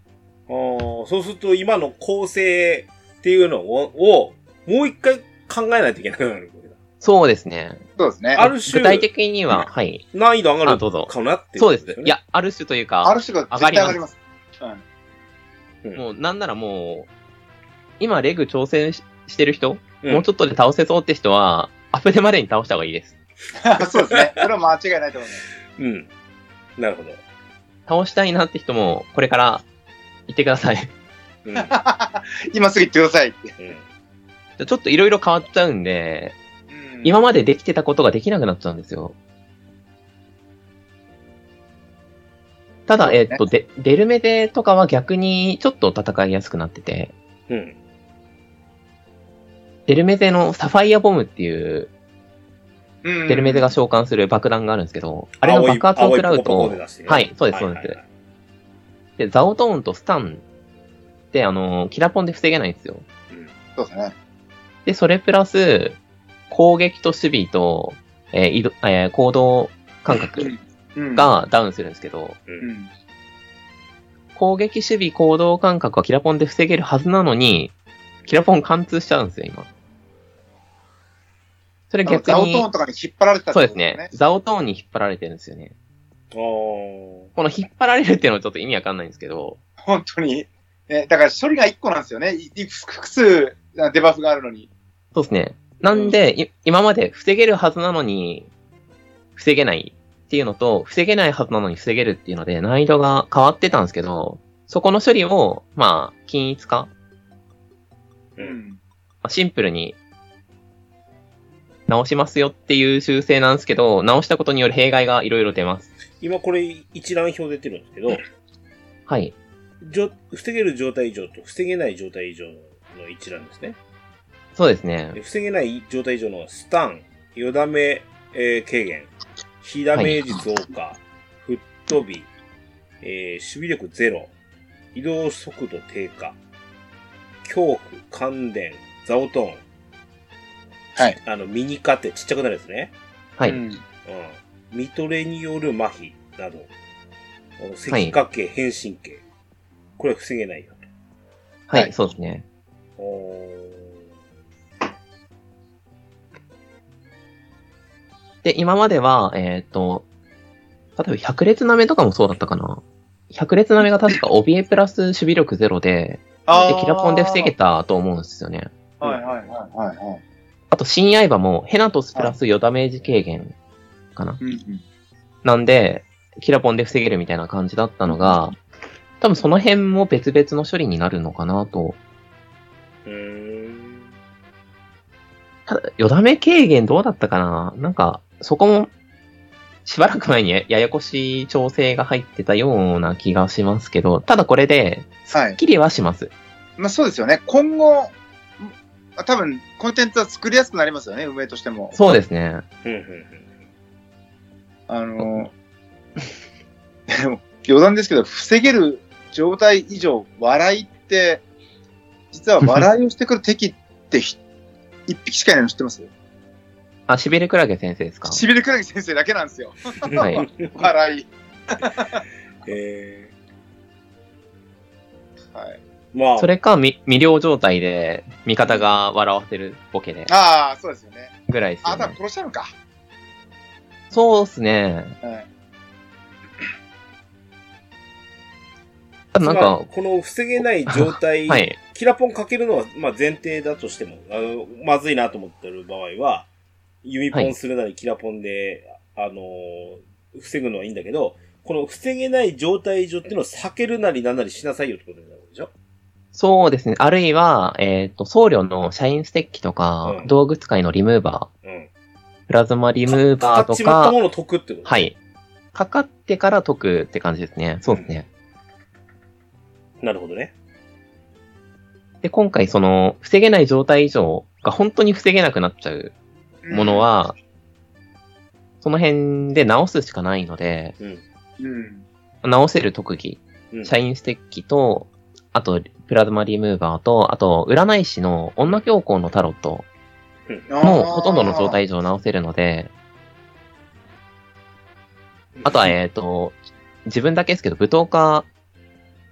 あーそうすると今の構成っていうのを、をもう一回考えないといけなくなるわけだ。そうですね。そうですね。ある具種、体的には、うんはい。難易度上があ、るどうぞ。かなっていそこうとでよね、す。いや、ある種というあかる、種が絶対上がります。もう、なんならもう、今、レグ挑戦ししてる人、うん、もうちょっとで倒せそうって人は、アップデまでに倒した方がいいです。うん そうですね。それは間違いないと思います。うん。なるほど。倒したいなって人も、これから、行ってください。 じうん。今すぐ言ってくださいって。うんゃあちょっといろいろ変わっちゃうんで、うん今までできてたことができなくなっちゃうんですよ。ただ、えっと、で、デルメデとかは逆にちょっと戦いやすくなってて、うん。デルメデのサファイアボムっていう、うんデルメデが召喚する爆弾があるんですけど、あれの爆発を食らうと、はいそうですそうですで、ザオトーンとスタンって、あの、キラポンで防げないんですよ。そうですね。で、それプラス、攻撃と守備と、えー移動えー行動感覚うん。がダウンするんですけど、ううん。ん。攻撃、守備、行動感覚はキラポンで防げるはずなのに、キラポン貫通しちゃうんですよ、今。そあれの逆ザオトに、ーンとかに引っ張られてたってこそうでとすね。。ザオトーンに引っ張られてるんですよね。おこの引っ張られるっていうのはちょっと意味わかんないんですけど、本当に。ね、だから処理が1個なんですよね。いい複数デバフがあるのに。そうですね。なんで、い今まで防げるはずなのに、防げないっていうのと、防げないはずなのに防げるっていうので、難易度が変わってたんですけど、そこの処理を、まあ、均一化うんうん。まあシンプルに、直しますよっていう修正なんですけど、直したことによる弊害がいろいろ出ます。今これ一覧表出てるんですけど、はい。じょ防げる状態以上と防げない状態以上の一覧ですね。そうですね。で防げない状態以上のスタン、よだめ、えー軽減、非ダメージ増加、吹っ飛び、えー守備力ゼロ、移動速度低下、恐怖、感電、ザオトーン。はい。あの、ミニカってちっちゃくなるやつね。はい。うんうん。見トレによる麻痺など、この赤化系、変身系。これは防げないよはい、はいそうですね。と。おで、今までは、えっ、と、例えば百列なめとかもそうだったかな。百列なめが確か怯えプラス守備力ゼロで、でキラポンで防げたと思うんですよね。はいはいはいはいはい。あと、新刃もヘナトスプラス4ダメージ軽減かな。うんうんなんで、キラポンで防げるみたいな感じだったのが、多分その辺も別々の処理になるのかなと。ーうーん。ただ、よだめ軽減どうだったかななんか、そこも、しばらく前にやややこしい調整が入ってたような気がしますけど、ただこれで、はい。きりはします。まあそうですよね。今後、ん多分コンテンツは作りやすくなりますよね、運営としても。そうですね。ふんふんふんあのー、でも余談ですけど、防げる状態以上、笑いって、実は笑いをしてくる敵ってひ 一匹しかいないの知ってますあ、しびれクラゲ先生ですかしびれくらい先生だけなんですよ。はい。笑い。えはい、ー、まあ、それか、み未了状態で、味方が笑わせるボケで、ああ、そうですよね。ぐらいですあ、よ、多分ね。殺しちゃうのか。そうですね。はい、ただなんまあか、この防げない状態、はい。キラポンかけるのは、まあ、前提だとしても、あの、まずいなと思ってる場合は、弓ポンするなりキラポンで、あのー防ぐのはいいんだけど、この防げない状態以上っていうのを避けるなりなんなりしなさいよってことになるでしょそうですね。あるいは、えっ、と、僧侶の社員ステッキとか、うん道具使いのリムーバうん。ー、プラズマリムー使バーっとちまったかも、のを解くってこと。はい。かかってから解くって感じですね。そうですね。なるほどね。で、今回その、防げない状態以上が本当に防げなくなっちゃうものは、その辺で直すしかないので、うん。直せる特技、うん。社員ステッキと、あと、プラズマリムーバーと、あと、占い師の女教皇のタロットもほとんどの状態以上直せるので、あとは、えっ、と、自分だけですけど、舞踏家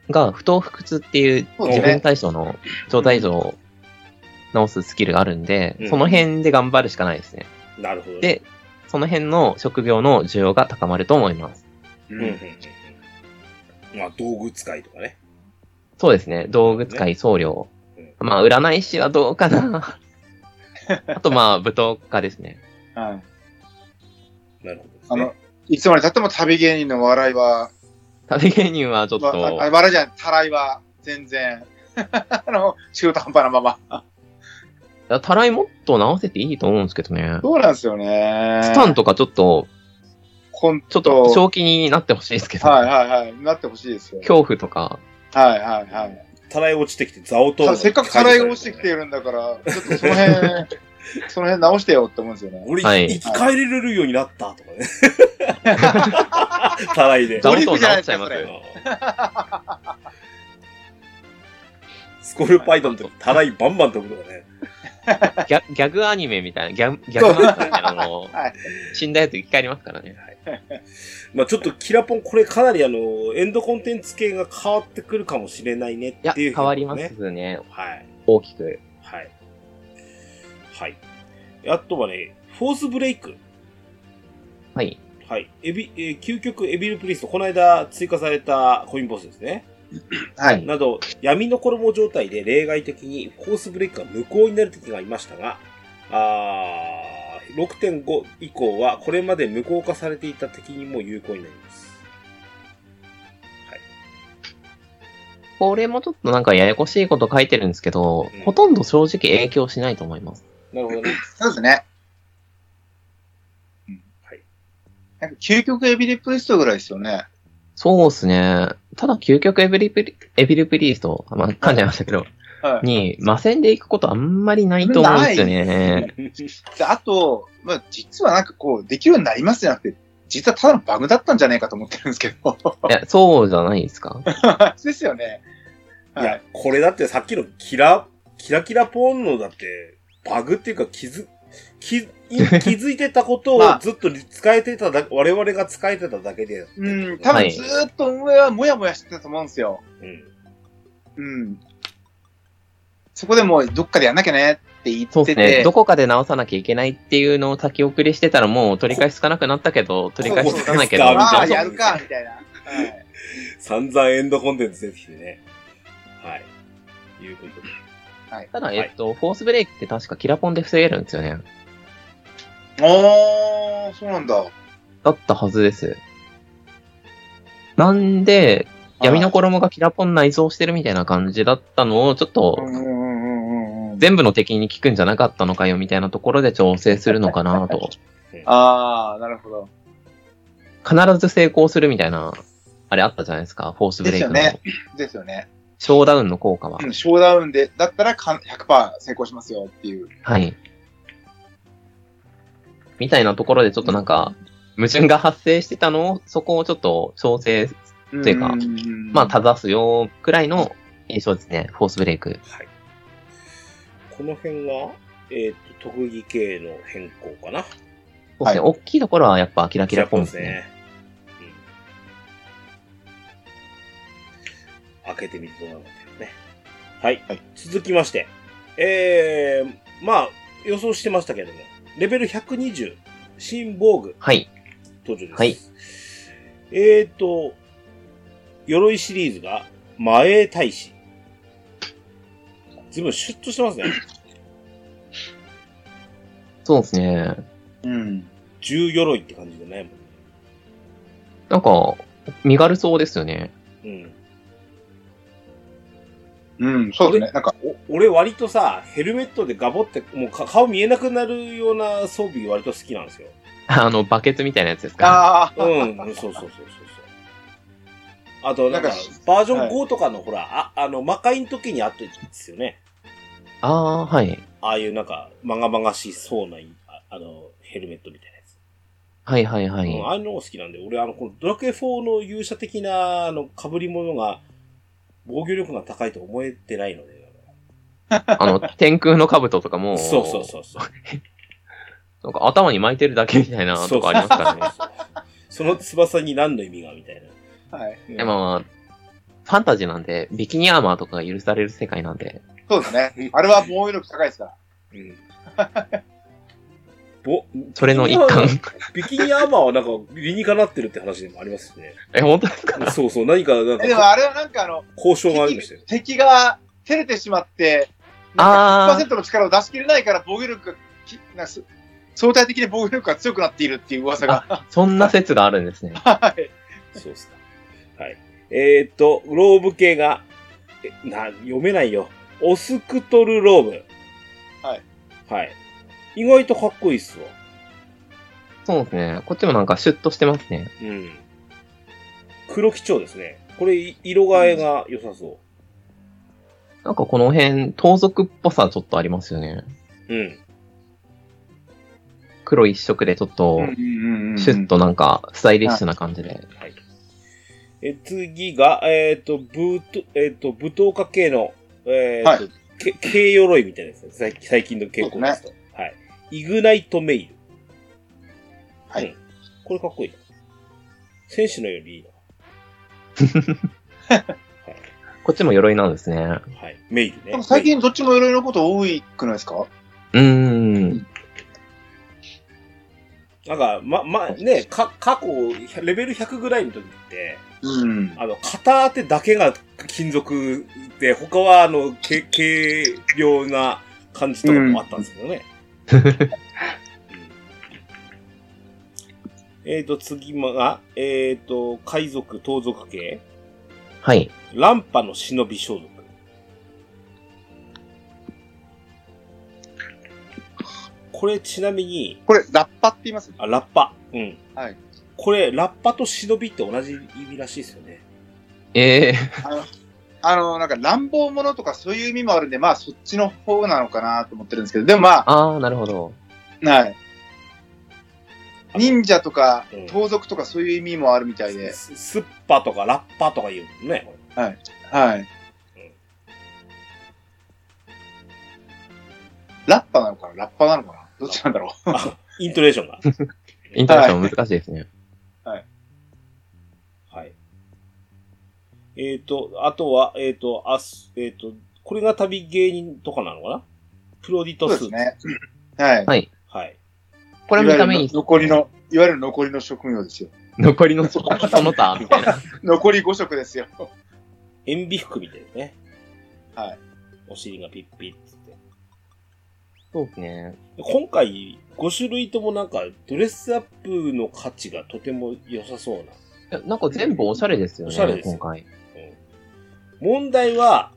が不当不屈っていうそうです自ね分対象の状態上を直すスキルがあるんで、うんその辺で頑張るしかないですね。なるほどね。で、その辺の職業の需要が高まると思います。う、うんうん、うんん。うん。まあ、道具使いとかね。そうですね。道具使い、僧侶うん。まあ、占い師はどう かな。あと、まあ、舞踏家ですね。はいなるほどですあね。の、いつまでたっても旅芸人の笑いは、旅芸人はちょっわあと、笑いじゃない、たらいは全然、 あの、中途半端なまま。たらいもっと直せていいと思うんですけどね。そうなんですよね。スタンとかちょっと、ほんちょっと正気になってほしいですけど、はいはいはい。なってほしいですよ。恐怖とか、はいはいはい。たらい落ちてきて、ザオたと。だせっかく課題が落ちてきているんだから、ちょっとその辺、 その辺直してよって思うんですよね。俺、はい生き返れるようになったと かね。たらいで。ザオリとフ直じゃないっですちかゃいますよ。 スコールパイドンとかたらいバンバン飛ぶとかね。ギャギャグアニメみたいな、ギャギャグアニメみたいなのを、はい死んだやつ生き返りますからね。まあちょっとキラポン、これかなりあの、エンドコンテンツ系が変わってくるかもしれないねいや、っていう、変わりますね。はい。大きく。はい。はい。あとはね、フォースブレイク。はい。はい。エビ、えー究極エビルプリスト、この間追加されたコインボスですね。はい。など、闇の衣状態で例外的にコースブレークが無効になる時がありましたが、あー6.5以降はこれまで無効化されていた敵にも有効になります。これもちょっとなんかややこしいこと書いてるんですけど、うんほとんど正直影響しないと思います。なるほどね。そうですね。うんはいなんか究極エビリプリストぐらいですよね。そうですね。ただ究極エビリプリ、エビリプリースト、まあ、噛んじゃいましたけど、はい。に、魔線で行くことあんまりないと思うんですよね。で、あと、まあ、実はなんかこう、できるようになりますじゃなくて、実はただのバグだったんじゃないかと思ってるんですけ ど。いや、そうじゃないですか。ですよね。いや、これだってさっきのキラ、キラキラポンのだって、バグっていうか気づ、気、 気づいてたことをまあずっと使えてただ、我々が使えてただけで。うん、多分ずーっと運営はもやもやしてたと思うんですよ。うん。うん。そこでもうどっかでやんなきゃねって言そうっでてすね。て、どこかで直さなきゃいけないっていうのを先送りしてたらもう取り返しつかなくなったけど、取り返しつかないけど、そみうですまたあいな。やるか、みたいな。はい散々エンドコンテンツ出てきてね。はい。いうことで。ただ、はいえっと、フォースブレイクって確かキラポンで防げるんですよね。あー、そうなんだ。だったはずです。なんで、闇の衣がキラポン内蔵してるみたいな感じだったのを、ちょっとうんうんうんうんうん。全部の敵に効くんじゃなかったのかよみたいなところで調整するのかなと。あー、なるほど。必ず成功するみたいな、あれあったじゃないですか、フォースブレイクの。ですよですよね。ショーダウンの効果は。うんショーダウンで、だったらか100%成功しますよっていう。はい。みたいなところでちょっとなんか、矛盾が発生してたのを、そこをちょっと調整、というか、まあ、正すよくらいの印象ですね、フォースブレイク。はい。この辺が、えっ、と、特技系の変更かな。そうですね、は大きいところはやっぱキラキラポンですね。キラポンですね。うん、開けてみるとなるんだけどね。はい。はい続きまして。えー、まあ、予想してましたけれども、レベル120、新防具はい。登場です。はいえーと、鎧シリーズが、前大使。随分シュッとして ますね。そうですね。うん。重鎧って感じじゃないもんね。なんか、身軽そうですよね。うん。うん、そうですね。なんか、お俺割とさ、ヘルメットでガボって、もうか顔見えなくなるような装備割と好きなんですよ。あの、バケツみたいなやつですか。あうー、ん、そうそうそうそうそう。あと、なんかなんか、バージョンは5とかの、ほら、あ、あの、魔界の時にあったやつですよね。ああー、はい。ああいうなんか、まがまがしそうな、ああの、ヘルメットみたいなやつ。はいはいはい。うん、ああいうのが好きなんで、俺、あの、このドラクエ4の勇者的な、あの、被り物が、防御力が高いと思えてないので。 あの、天空の兜とかも、そうそうそうそう。なんか頭に巻いてるだけみたいなとこありますからね。そうそうそう その翼に何の意味がみたいな。はい。 でも、まあファンタジーなんで、ビキニアーマーとかが許される世界なんで、そうですね。あれは防御力高いですから。 うん、ぼそれの一環。ビキニアーマーはなんか理にかなってるって話でもありますし ね。え、本当ですかそうそう、何か、なんえでもか、あれはなんかあの、交渉がありましたよ。敵が照れてしまって、あーなんか100%の力を出し切れないから防御力がき、なんかす相対的に防御力が強くなっているっていう噂が。そんな説があるん ですね。はい。そうっすか。はい。えー、っと、ローブ系が、えな、読めないよ。オスクトルローブ。はい。はい。意外とかっこいいっすわ。そうですね。こっちもなんかシュッとしてますね。うん。黒基調ですね。これ、い色替えが良さそなんかこの辺、盗賊っぽさちょっとありますよね。う。うん。黒一色でちょっと、シュッとなんか、スタイリッシュな感じで。はい。え、次が、えっ、と、武闘、えっ、と、武闘家系の、えっ、と、はいけ軽鎧みたいなやつですね。最最近の傾向ですと。はい。イグナイトメイル。はいうんこれかっこいいな。選手のよりいいこっちも鎧なんですね。な。はい。メイルねなん。か最近どっちもいろいろこと多いくないですかうーん。メイルなんか、ま、ま、ね、か、過去、レベル100ぐらいの時って、うん。あの、片手だけが金属で、他は、あの、け軽量な感じとかもあったんですけどね。うんえっと、次が、えっ、と、海賊、盗賊系。はい。ランパの忍び装束。これちなみに、これ、ラッパって言いますあ、ラッパ。うん。はい。これ、ラッパと忍びって同じ意味らしいですよね。ええあの、なんか乱暴者とかそういう意味もあるんで、まあそっちの方なのかなと思ってるんですけど、でもまあ、ああ、なるほど。はい。忍者とかうん盗賊とかそういう意味もあるみたいで、ススッパとかラッパとか言うのね。はい。ラッパなのかなラッパなのかなどっちなんだろう。あ、 イントネーションが。インターネットも難しいですね。はい。えっ、と、あとは、えっ、と、あす、えっ、と、これが旅芸人とかなのかなプロディトそうでスーすツ。ね。はい。はい。はい。これは見た目いにわゆる残り。の、いわゆる残りの職業ですよ。残りのそその他、みたいな。残り5職ですよ。塩ビ服みたいなね。はい。お尻がピッピッつって。そうですね。で今回、5種類ともなんか、ドレスアップの価値がとても良さそうな。いやなんか全部おしゃれですよおしゃれね、です今回。問題は、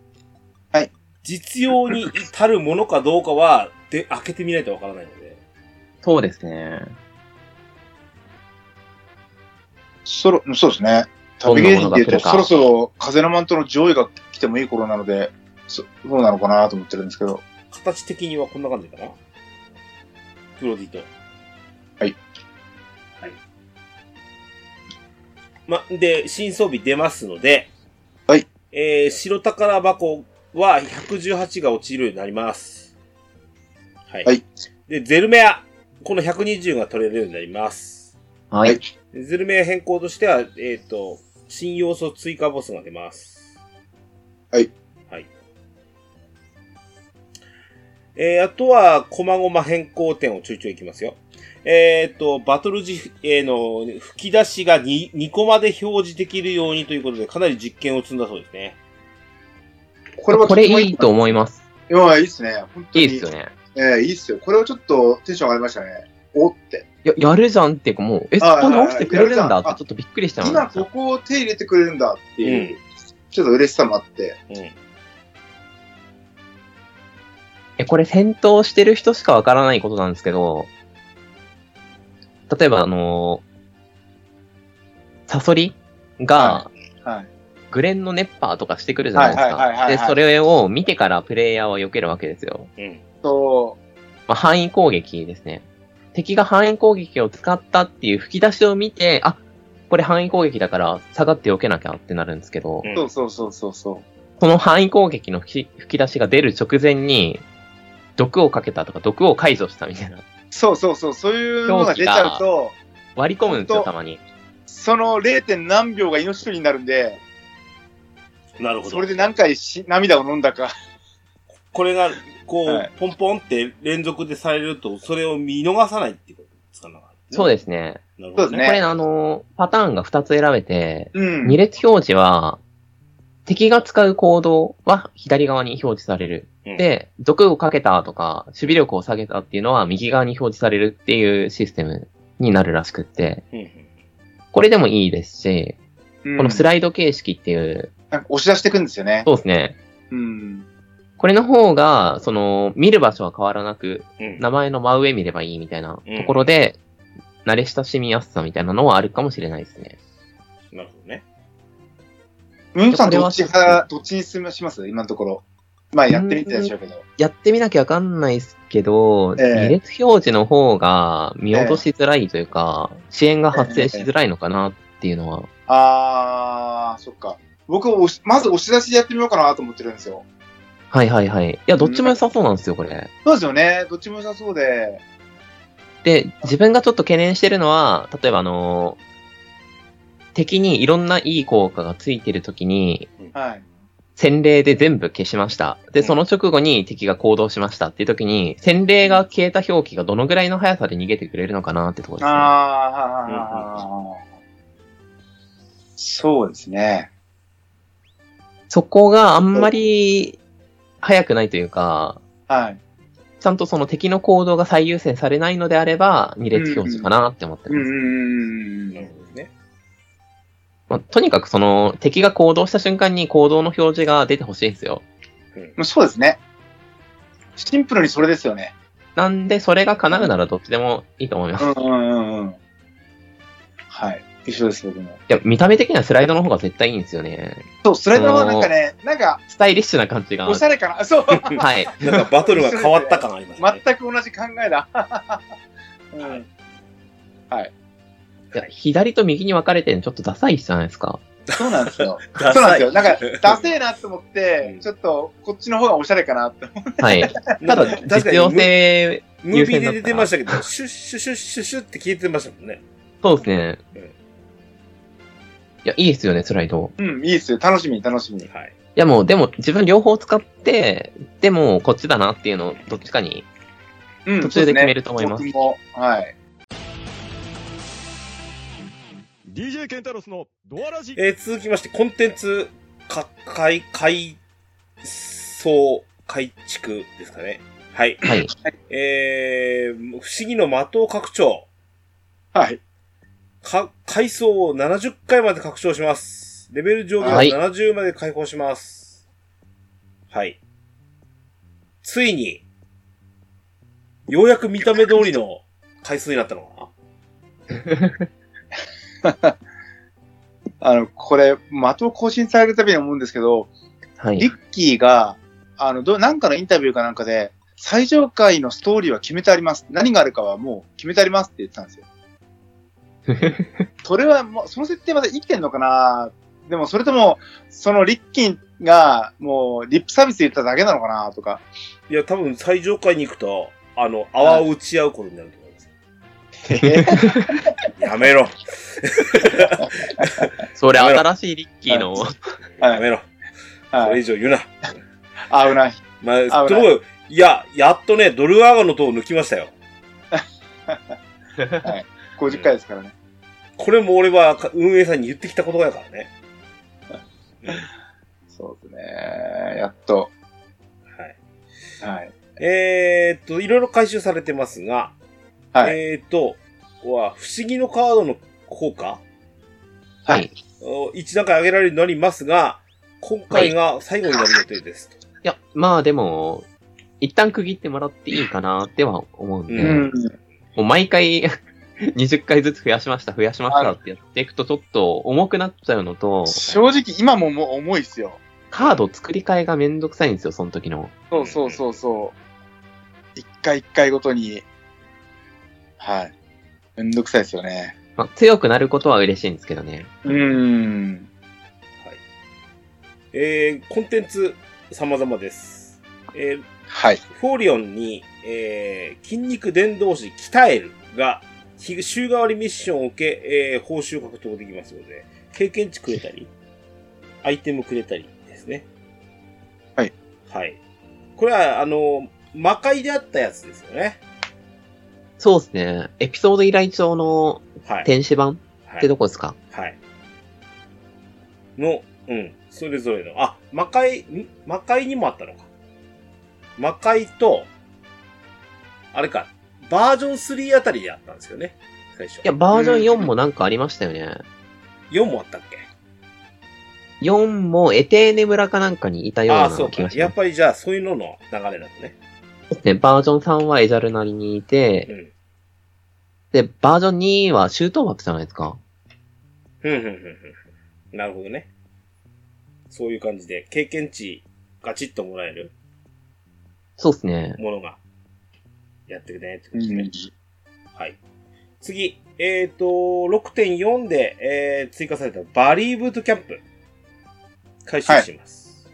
はい。実用に至るものかどうかは、で、開けてみないとわからないので。そうですね。そろ、そうですね。旅芸人で言うと、そろそろ風のマントの上位が来てもいい頃なので、そそうなのかなと思ってるんですけど。形的にはこんな感じかなプロディと。はい。はい。ま、で、新装備出ますので、はい。えー、白宝箱は118が落ちるようになります。はい。はいで、ゼルメア、この120が取れるようになります。ははいい。でゼルメア変更としては、えっ、と、新要素追加ボスが出ます。はい。はい。えー、あとは、コマごま変更点をちょいちょいいきますよ。えっ、と、バトル時、えーの、吹き出しが 2, 2コマで表示できるようにということで、かなり実験を積んだそうですね。これはこれいいと思います。いや、いいっすね。本当いに。いですよね。ええいいっすよ。これはちょっとテンション上がりましたね。おって。や、やるじゃんっていうか、もう、え、そあこ直してくれるんだやるっじゃんて、ちょっとびっくりした今ここを手入れてくれるんだっていう、ちょっと嬉しさもあって。うん。え、これ戦闘してる人しかわからないことなんですけど、例えばあのーサソリが、はい。グレンのネッパーとかしてくるじゃないですはいはいはいか。はいで、はいそれを見てからプレイヤーは避けるわけですよ。うん。と、まあ、範囲攻撃ですね。敵が範囲攻撃を使ったっていう吹き出しを見て、あ、これ範囲攻撃だから下がって避けなきゃってなるんですけど、うんそうそうそうそうそう。その範囲攻撃の吹き吹き出しが出る直前に、毒をかけたとか毒を解除したみたいな。そうそうそう。そういうのが出ちゃうと、割り込むんですほよ、んとたまに。その 0. 点何秒が命取りになるんで、なるほど。それで何回し涙を飲んだか。これが、こう、はいポンポンって連続でされると、それを見逃さないってことですかね。そうですね。なるほどね。ねこれ、あの、パターンが2つ選べて、うん。 2列表示は、敵が使う行動は左側に表示される。うんで、毒をかけたとか、守備力を下げたっていうのは右側に表示されるっていうシステムになるらしくって、うんうんこれでもいいですし、うんこのスライド形式っていう、なんか押し出していくんですよね。そうですね。うん。これの方が、その、見る場所は変わらなく、うん。名前の真上見ればいいみたいなところで、慣れ親しみやすさみたいなのはあるかもしれないですね。なるほどね。ムンさんこれどはっち派、どっちに進みします今のところ。まあやってみてたでしょうけど。やってみなきゃわかんないですけど、ええ二列表示の方が見落としづらいというか、支援が発生しづらいのかなっていうのは、あー、そっか。僕押し、まず押し出しでやってみようかなと思ってるんですよ。はいはいはい。いや、どっちも良さそうなんですよ、これ。そうですよね。どっちも良さそうで。で、自分がちょっと懸念してるのは、例えばあのー敵にいろんないい効果がついてる時に、はい。洗礼で全部消しました。で、その直後に敵が行動しましたっていう時に、洗礼が消えた表記がどのぐらいの速さで逃げてくれるのかなってところですね。あー、そうですね。そこがあんまり早くないというか、はい。ちゃんとその敵の行動が最優先されないのであれば、二列表示かなって思ってうんます。うんうんう。なんるほどね。まあ、とにかくその敵が行動した瞬間に行動の表示が出てほしいんですよ。まあそうですね。シンプルにそれですよね。なんで、それが叶うならどっちでもいいと思います。ういんうんうんうん。はい。一緒です、僕も。や、見た目的にはスライドの方が絶対いいんですよね。そう、スライドの方がなんかね、なんか、スタイリッシュな感じが。おしゃれかな。そう。はい。なんかバトルが変わった感ありますね。全く同じ考えだ。うん。いや左と右に分かれてるのちょっとダサいじゃないですか。そうなんですよ。ダそうなサんですいよ。なんか、ダ セえなと思って、うんちょっと、こっちの方がおしゃれかなって。はい。 ただ、確かに 実用性、ムービーで出てましたけど、シュッシュッシュッシュッシュッって消えてましたもんね。そうですねうん。いや、いいですよね、スライド。うん、いいですよ。楽しみに、楽しみに。はい。いや、もう、でも、自分両方使って、でも、こっちだなっていうのを、どっちかに、うん、途中で決めると思いますそうですね僕も、はい。 DJ ケンタロスのドアラジえー続きまして、コンテンツ、か、改、改装、改築ですかね。はい。はい。えー、不思議の的を拡張。はい。か、階層を70回まで拡張します。レベル上限をはい70まで解放します。はい。ついに、ようやく見た目通りの回数になったのかなあの、これ、的を更新されるたびに思うんですけど、はリい。ッキーが、あの、ど、なんかのインタビューかなんかで、最上階のストーリーは決めてあります。何があるかはもう決めてありますって言ってた んですよ。それはもう、その設定まで生きてんのかなでも、それとも、そのリッキーが、もう、リップサービス言っただけなのかなと か。いや、多分最上階に行くと、あの、泡を打ち合うことになると思います。やめろそれ、やめろ新しいリッキーの、やめろそはれい。以上言うな。あ、うない。まあ、とないころがいや、やっとね、ドルアーガの塔を抜きましたよ。 50回ですからね。これも俺はか運営さんに言ってきたことやからね。そうですね。やっと。はい。はい。えー、っと、いろいろ回収されてますが、はい。えー、っと、は、不思議のカードの効果はい。いを一段階上げられるようになりますが、今回が最後になる予定です。や、まあ、でも、一旦区切ってもらっていいかなっては思うんで、ううん。もう毎回 20回ずつ増やしました、増やしましたってやっていくとちょっと重くなっちゃうのと、正直、今ももう重いっすよ。カード作り替えがめんどくさいんですよ、その時の。そうそうそうそう。一回一回ごとに。はい。めんどくさいですよね。まあ、強くなることは嬉しいんですけどね。うーん。えー、コンテンツ様々です。えー、はい。フォーリオンに、えー、筋肉伝導士鍛えるが、日週替わりミッションを受け、えー、報酬獲得できますので、経験値くれたり、アイテムくれたりですね。はい。はい。これは、あの、魔界であったやつですよね。そうですね。エピソード依頼帳のはい。天使版はっいてどこですか、はい。の、うん、それぞれの、あ、魔界、ん魔界にもあったのか。魔界と、あれか、バージョン3あたりであったんですよね。最初。い、や、バージョン4もなんかありましたよね。 4もあったっけ4もエテーネ村かなんかにいたようあなあ、そう気かが。しやまっすぱりじゃあ、そういうのの流れなのね。ね。バージョン3はエジャルなりにいうて、ん。で、バージョン2は周到枠じゃないですか。ふんふんふんふん。なるほどね。そういう感じで、経験値ガチッともらえるそうですね。ものが、やってくね、ってこうとですね。ん、はい。次、えっ、と、6.4で、えー追加されたバリーブートキャンプ、開始します。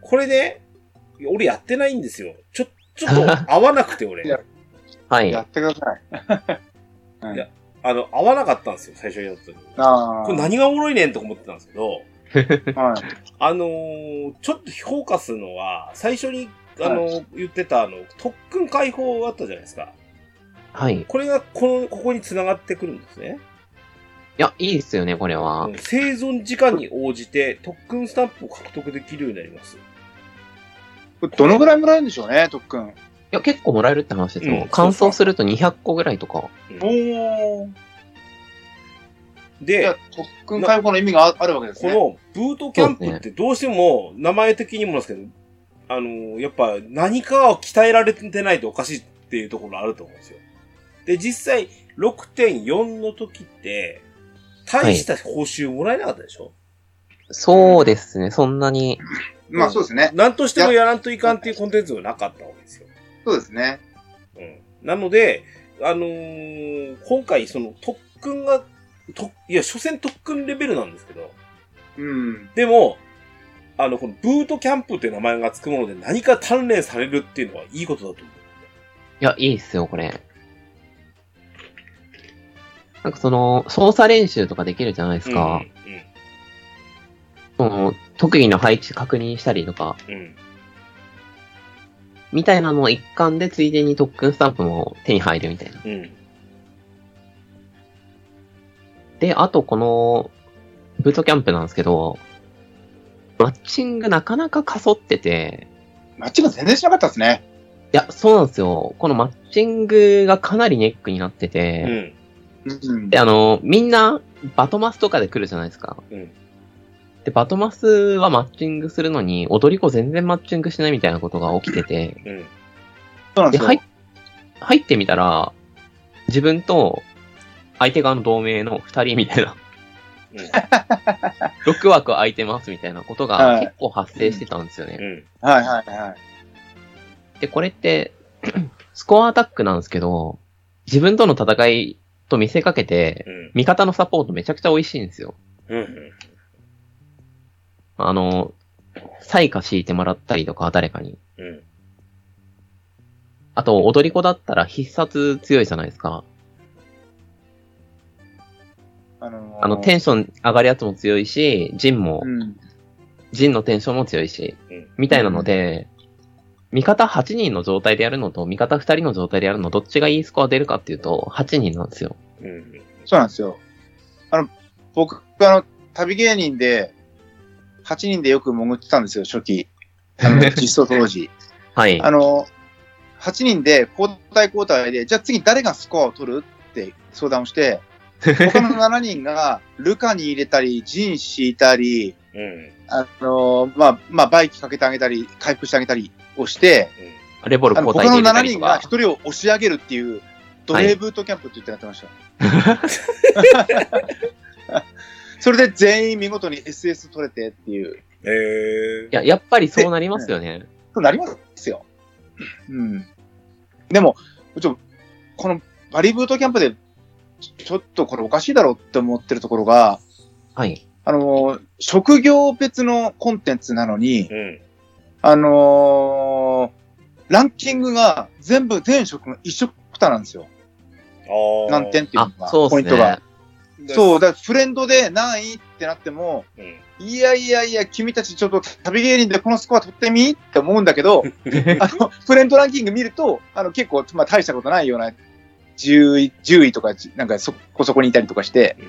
これね、いや俺やってないんですよ。ちょ、ちょっ と合わなくて俺い。やはい。やってください。はいやあの、合わなかったんですよ、最初やった時に。ああ。これ何がおもろいねんとか思ってたんですけど、はい。あのーちょっと評価するのは、最初に、あのー言ってた、あの、特訓解放があったじゃないですか。はい。いこれが、この、ここに繋がってくるんですね。や、いいですよね、これは。うん生存時間に応じて特訓スタンプを獲得できるようになります。これどのぐらいもらえるんでしょうね、特訓。いや、結構もらえるって話ですよ。うん乾燥すると200個ぐらいとか。おー。じゃであ、、特訓解放の意味がああるわけですこね。のブートキャンプってどうしても名前的にもなんですけど、あの、やっぱ何かを鍛えられてないとおかしいっていうところあると思うんですよ。で、実際6.4の時って、大した報酬もらえなかったでしょ、そうですね、そんなに。まあそうですね。なんとしてもやらんといかんっていうコンテンツがなかったわけですよ。そうですね。うん。なので、あのー今回その特訓が、と、いや、所詮特訓レベルなんですけど、うん。でも、あの、このブートキャンプっていう名前がつくもので何か鍛錬されるっていうのはいいことだと思いや、いいっすよ、これ。なんかその、操作練習とかできるじゃないですう。か。うその、特技の配置確認したりとか、ん。うん。うん。みたいなのを一環でついでに特訓スタンプも手に入るみたいな。うん。で、あとこの、ブートキャンプなんですけど、マッチングなかなかかそってて、マッチング全然しなかったですね。いや、そうなんですよ。このマッチングがかなりネックになってて、うん。うんで、。あの、みんな、バトマスとかで来るじゃないですか。うんで、バトマスはマッチングするのに、踊り子全然マッチングしないみたいなことが起きてて、うん。そうなんでで、すよ。入っ入ってみたら、自分と相手側の同盟の2人みたいな、6枠空いてますみたいなことはがい結構発生してたんですよね。うん。はいはいはい。で、これって、 スコアアタックなんですけど、自分との戦いと見せかけて、うん。味方のサポートめちゃくちゃ美味しいんですよ。うん。あの、彩花敷いてもらったりとか、誰かに。うん。あと、踊り子だったら必殺強いじゃないですか。あのー、あの、テンション上がるやつも強いし、ジンもう、ん。ジンのテンションも強いしうん、みたいなので、味方8人の状態でやるのと、味方2人の状態でやるの、どっちがいいスコア出るかっていうと、8人なんですよ。うん。そうなんですよ。あの、僕、あの、旅芸人で、8人でよく潜ってたんですよ、初 期。あの、実装当時。はい。あの、8人で交代交代で、じゃあ次誰がスコアを取るって相談を して、他の7人がルカに入れたり、ジン敷いたり、うん。あのまあ、まあ、バイキかけてあげたり、回復してあげたりをして、レボルあの交他代ので入れた7りと人がか1。人を押し上げるっていう、奴隷ブートキャンプって言ってやってました。それで全員見事に SS 取れてっていう、ええいや、やっぱりそうなりますよね。そうなりますよ。うん。でも、ちょこのバリブートキャンプで、ちょちょっとこれおかしいだろうって思ってるところが、はい。あの、職業別のコンテンツなのに、うん。あのーランキングが全部全職が一色たなんですよ。ああ。何点っていうあのが、、そうポイでンすトねが。。そう、だからフレンドで何位ってなっても、うん。いやいやいや、君たちちょっと旅芸人でこのスコア取ってみって思うんだけ ど、あの、フレンドランキング見ると、あの、結構、まあ、大したことないような10位、10位とか、なんかそこそこにいたりとかして、うん。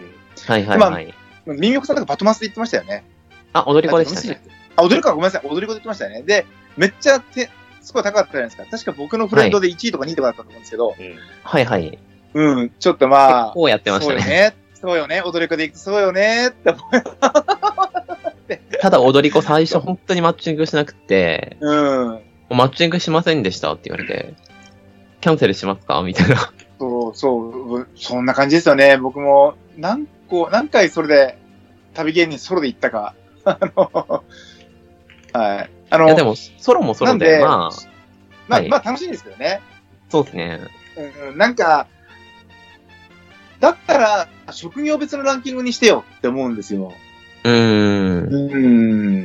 はいはいはい。耳横さんとかバトマスで言ってましたよね。あ、踊り子でしたね。あ、踊り子はごめんなさい、踊り子で言ってましたよね。で、めっちゃて、スコア高かったじゃないですか。確か僕のフレンドで1位とか2位とかだったと思うんですけど、はいはい。結うん、ちょっとまあ、構やってましたね。そうよね。そうよね。踊り子で行くとそうよね。って思う。ただ踊り子最初本当にマッチングしなくて、うん。マッチングしませんでしたって言われて、キャンセルしますかみたいな。そう、そう、そんな感じですよね。僕も、何個、何回それで、旅芸人ソロで行ったか。 あの、はい。あの、いやでも、ソロもソなロんで、で、まあ、まあ、はいまあ楽しいんですけどね。そうですね。うん、なんか、だったら、職業別のランキングにしてよって思うんですよ。うーん。う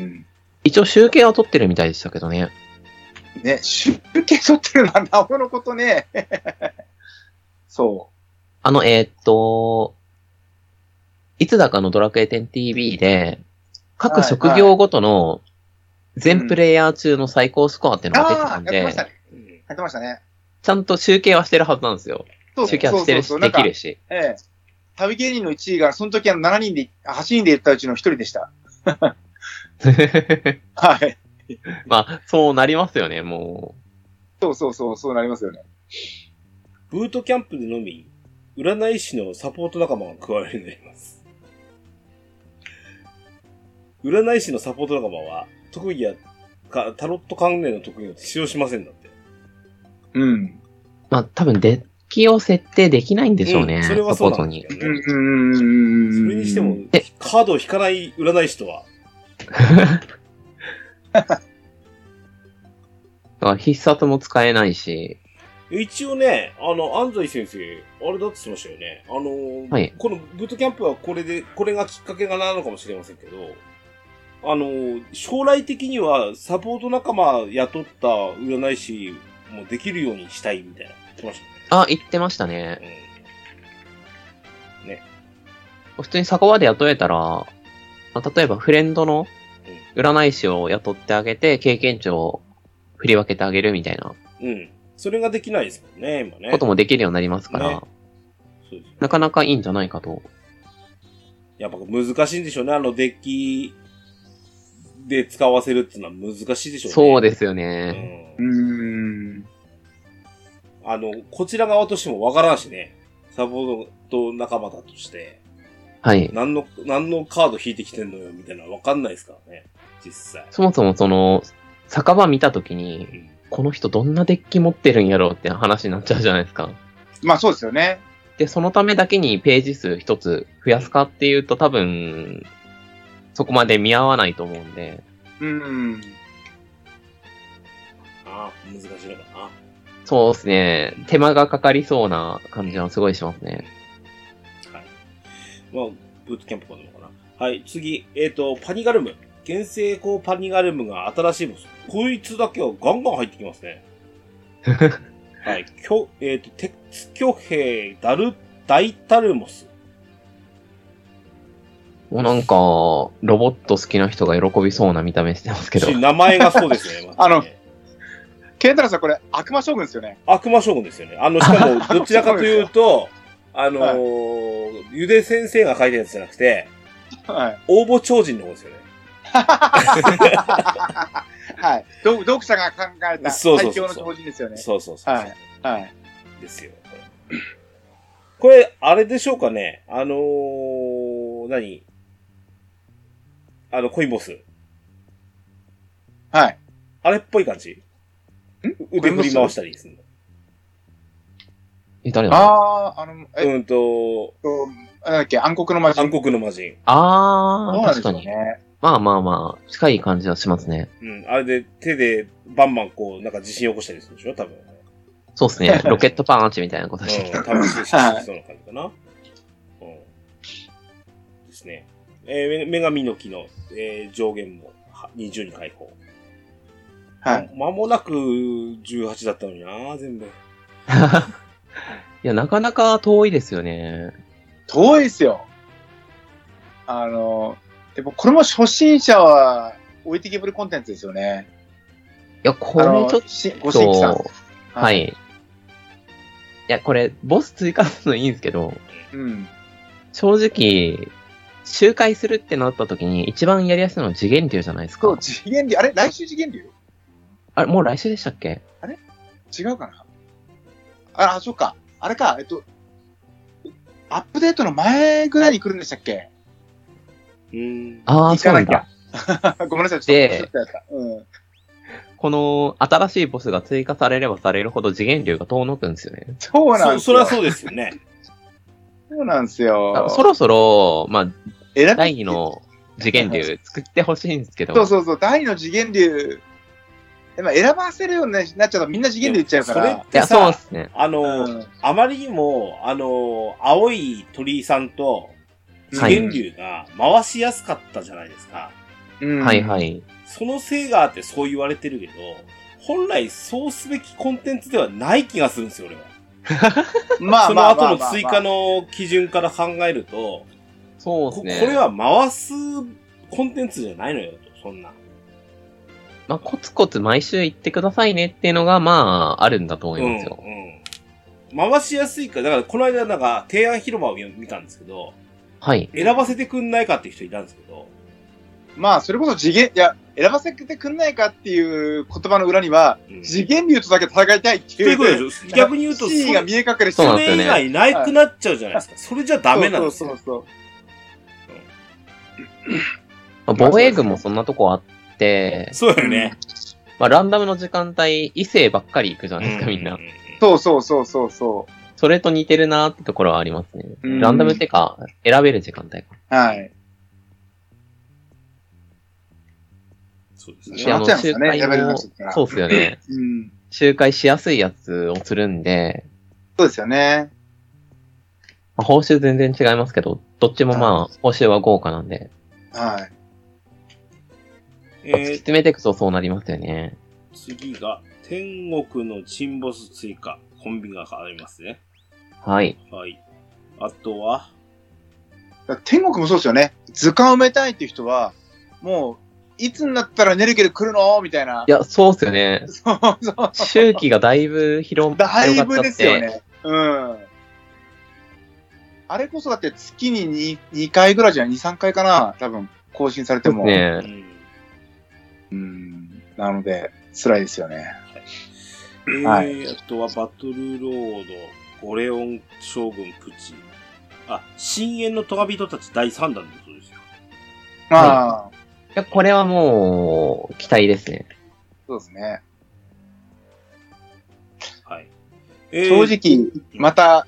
ん。一応集計は取ってるみたいでしたけどね。ね、集計取ってるのはなおのことね。 そあの、えーっと、いつだかのドラクエ 10TV で、各職業ごとの全プレイヤー中の最高スコアっていうう。のが出てあたあんー、やってでまし、たね。やってましたね。ちゃんと集計はしてるはずなんですよ。そう集計はしてるそうそうそうし、なでんかきるし。ええ。旅芸人の1位が、その時は7人で、あ8人で言ったうちの1人でした。はい。 まあ、そうなりますよね、もそうそうそう、そうなりますよね。ブートキャンプでのみ、占い師のサポート仲間が加わるようになります。占い師のサポート仲間は、特技や、かタロット関連の特技を使用しませんだって。うん。まあ、多分デッキを設定できないんでしょうね。んそれはサポそうートなんでにす。けうどんね。。うんそうん。れにしてもえ、カードを引かない占い師とは、だから必殺も使えないし、一応ね、あの、安西先生、あれだって言ってましたよね。あのー、はいこのブートキャンプはこれで、これがきっかけがなのかもしれませんけど、あのー、将来的にはサポート仲間雇った占い師もできるようにしたいみたいな、言ってましあ、言ってましたたね。ね。普通に酒場で雇えたら、まあ例えばフレンドの占い師を雇ってあげて、経験値を振り分けてあげるみたいなうん。うん。それができないですもんね、今ね。こともできるようになりますから、ねそうですよなかなかいいんじゃないかと。やっぱ難しいんでしょうね、あのデッキで使わせるっていうのは難しいでしょうね。。そうですすよね。うん。うん。あの、こちら側としてもわからんしね。サポート仲間だとして、はい。何の、何のカード引いてきてんのよ、みたいなのわかんないですからね。実際。そもそもその、酒場見たときにう、ん。この人どんなデッキ持ってるんやろうって話になっちゃうじゃないですか。まあそうですよね。で、そのためだけにページ数一つ増やすかっていうと多分、そこまで見合わないと思うんで、うん。ああ、難しいのかな。そうですね、手間がかかりそうな感じはすごいしますね。はい。まあ、ブートキャンプかのかな。はい、次。えっ、と、パニガルム。原生光パニガルムが新しいボス。こいつだけはガンガン入ってきます ね。はい。きょえっ、と、鉄巨兵ダル、ダイタルモス。もうなんか、ロボット好きな人が喜びそうな見た目してますけど。名前がそうですよ ね。まずねケンタラさん、これ、悪魔将軍ですよね。悪魔将軍ですよね。あの、しか も、どちらかというと、あのーゆで先生が書いたやつじゃなくて、はい。応募超人の方ですよ ね。はい。ど読者が考えたそうそうそう最強の超人ですよね。そうそうそうそう。はい。はい。ですよ。これ、あれでしょうかねあのー、何あの、コインボス。はい。あれっぽい感じ腕振り回したりするの。え、誰だあああ、あの、えっうんと、と、なんだっけ、暗黒の魔人。暗黒の魔人。あそうなんー、で確すかよに。ね。まあまあまあ、近い感じはしますね。うん。あれで手でバンバンこう、なんか地震起こしたりするでしょ多分。そうで すね、ロケットパンチみたいなことしてきた。うん、試してそうな感じかな。うん。ですね。えー、め女神の木の、えー上限もは20に解放。はい。間もなく18だったのにな、全部。いや、なかなか遠いですよね。遠いですよ。あの、でもこれも初心者は置いてけぼりコンテンツですよね。いや、これちあょのっと。しご新規さん。は。い。いや、これ、ボス追加するのいいんですけど、うん。正直、周回するってなった時に一番やりやすいのは次元流じゃないですそう、か。次元流、あれ来週次元流あれ、もう来週でしたっけ違うかなあ、あ、そっか。あれか、えっと、アップデートの前ぐらいに来るんでしたっけうん。ああ、行そかうななんきゃ だ。ごめんなさい、ちょっでと忘れてたやつだ。うん。この新しいボスが追加されればされるほど次元流が遠のくんですよね。そうなそんですよ。それはそうですよ ね。そうなんですあよ。そろそろ、まあ、選び第2の次元流作ってほしいんですけど、そうそうそう、第二の次元流。でも選ばせるようになっちゃうとみんな次元流いっちゃうかでもら。そいれや、ってさそうですね。あの、うんあまりにも、あの、青い鳥居さんと、次元竜が回しやすかったじゃないですか。うんはいはい。そのせいがあってそう言われてるけど、本来そうすべきコンテンツではない気がするんですよ、俺は。まあそまのあまあまあ後の追加。の基準から考えると、そうでこすこね。れは回すコンテンツじゃないのよ、とそんな。まあ、コツコツ毎週行ってくださいねっていうのが、まあ、あるんだと思ういん、うますよ。ん。回しやすいから、だからこの間なんか提案広場を見たんですけど、はい。選ばせてくんないかっていう人いたんですけど、まあ、それこそ次元、いや、選ばせてくんないかっていう言葉の裏には、うん次元流とだけ戦いたいってというこという。でしょ逆に言うと、そシーンが見え隠れしてそうそなんですれよね以外なくなっちゃうじゃないですか。それじゃダメなんですよ。そうそうそうそうまあ防衛軍もそんなとこあって、そうよね。まあ、ランダムの時間帯、異性ばっかり行くじゃないですか、みんな。。そうそうそうそうそそれと似てるなーってところはありますね。うんランダムってか、選べる時間帯か。う。はい。そうですしね。まっちゃいますよねあの選べる話だったらそうっすよね。うん。周回しやすいやつをするんで、そうですよね。まあ報酬全然違いますけど、どっちもまあ、報酬は豪華なんで、はい。え突きー、詰めていくとそうなりますよね。次が、天国の沈没追加。コンビがありますね。はい。はい。あとは、だから天国もそうですよね。図鑑埋めたいっていう人は、もう、いつになったらネルケル来るのみたいな。いや、そうっすよね。そうそう。 周期がだいぶ広がっだちいゃって。ぶですよね。うん。あれこそだって月に 2, 2回ぐらいじゃない ?2、3回かな多分、更新されても。うね。んうん。なので、辛いですよね。えーはあとは、バトルロード、ゴレオン将軍プチ。あ、深淵のトガ人たち第3弾だそうですよ。まあ、いや、これはもう、期待ですね。そうですね。はい。えー正直、また、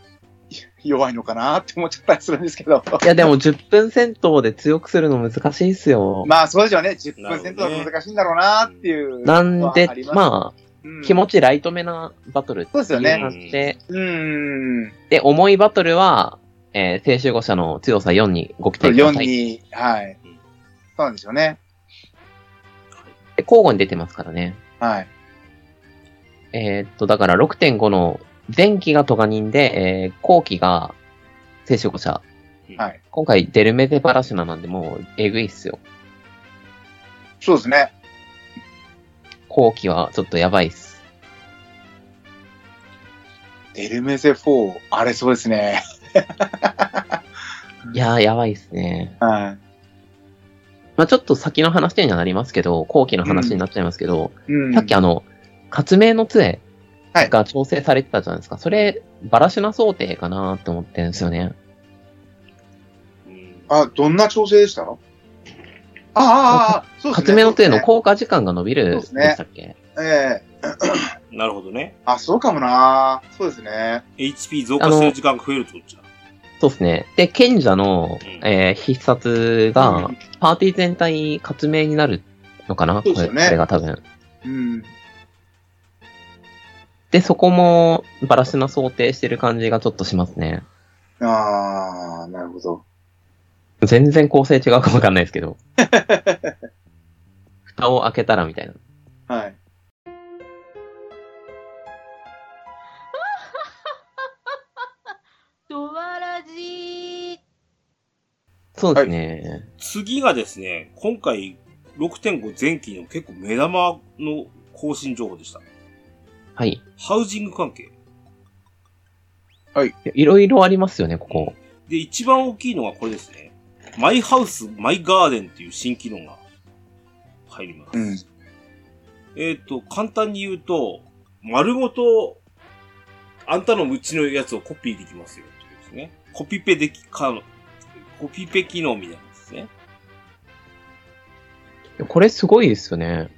弱いのかなって思っちゃったりするんですけど。 いや、でも10分戦闘で強くするの難しいっすよ。まあ、そうですよね。10分戦闘は難しいんだろうなっていう。なんであり、ますまあ、うん気持ちライトめなバトルっていそうですよね感じで、うん。で、重いバトルは、えー、青春護者の強さ4にご期待くだ4さい。に、はい。そうなんですよね。で交互に出てますからね。はい。えーっと、だから6.5の前期がトガニンで、えー、後期が青春護者。はい。今回、デルメテパラシュナなんで、もう、えぐいっすよ。そうですね。後期はちょっとやばいっす。デルメゼ4、あれそうですね。いやー、やばいっすね。はまあちょっと先の話にはなりますけど、後期の話になっちゃいますけど、い。うんさっきあの、活命の杖はいが調整されてたじゃないですか。それ、バラシナ想定かなって思ってるんですよね。うんあ、どんな調整でしたああああ、あそうですね。活命の杖のそう効果時間が伸びるそでうですねしたっけ、ですねええなるほどね。あ、そうかもな。そうですね。 HP 増加する時間が増えるってことじゃん。そうですね。で、賢者の、うんえー必殺が、パーティー全体活命になるのかな、そうですこれよねこれが多分。うん。で、そこも、バラシナ想定してる感じがちょっとしますね。ああ、なるほど。全然構成違うかわかんないですけ ど。蓋を開けたらみたいな。はい。ドワラジーそうですね。次がですね、今回6.5前期の結構目玉の更新情報でした。はい。ハウジング関係。いろいろありますよね、ここ。で、一番大きいのがこれですね。マイハウス、マイガーデンっていう新機能が入ります。うんえっ、と、簡単に言うと、丸ごと、あんたのうちのやつをコピーできますよってことですね。コピペでき、かの、コピペ機能みたいなんですね。これすごいですよね。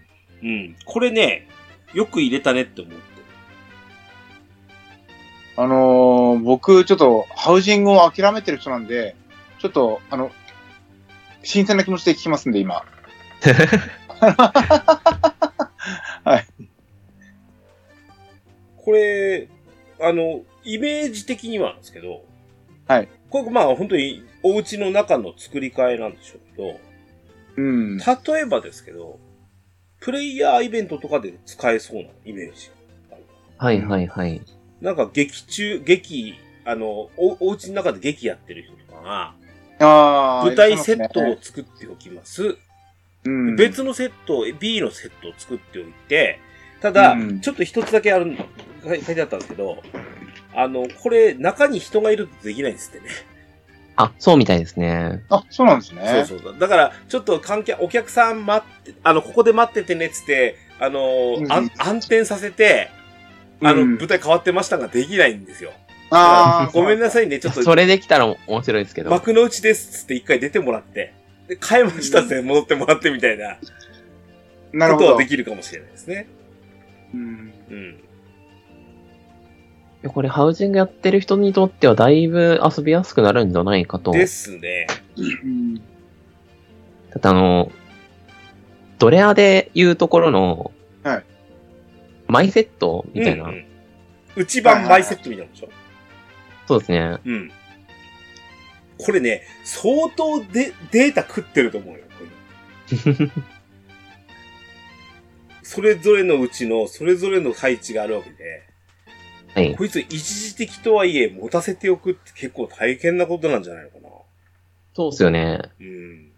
うん。これね、よく入れたねって思って。あのー僕、ちょっと、ハウジングを諦めてる人なんで、ちょっと、あの、新鮮な気持ちで聞きますんで、今。これ、あの、イメージ的にはなんですけど、はい。これ、まあ本当にお家の中の作り替えなんでしょうけど、うん。例えばですけど、プレイヤーイベントとかで使えそうなイメージ。はいはいはい。なんか劇中、劇、あの、お、お家の中で劇やってる人とかが、ああ。舞台セットいらっしゃいをますね作っておきます。うん、別のセットを、B のセットを作っておいて、ただ、うんちょっと一つだけあるん、書い書いてあったんですけど、あの、これ、中に人がいるとできないんですってね。あ、そうみたいですね。あ、そうなんですね。そうそうだ。だから、ちょっと観客、お客さん待って、あの、ここで待っててねっつって、あの、うんあん暗転させて、あの、うん舞台変わってましたができないんですよ。ああ。。ごめんないさいね、ちょっとそれできたら面白いですけど。幕の内ですっつって一回出てもらって。で買えましたぜ、戻ってもらってみたいななるこほとはどで。きるかもしれないですね。うんうん。これ、ハウジングやってる人にとっては、だいぶ遊びやすくなるんじゃないかと。ですね。うんだってあの、ドレアで言うところの、はいマイセットみたいな、うんうん内版マイセットみたいなもんでしょそうですね。 うん。これね、相当でデータ食ってると思うよ。これそれぞれのうちの、それぞれの配置があるわけで、はい。こいつ一時的とはいえ持たせておくって結構大変なことなんじゃないのかな。そうですよね。うん。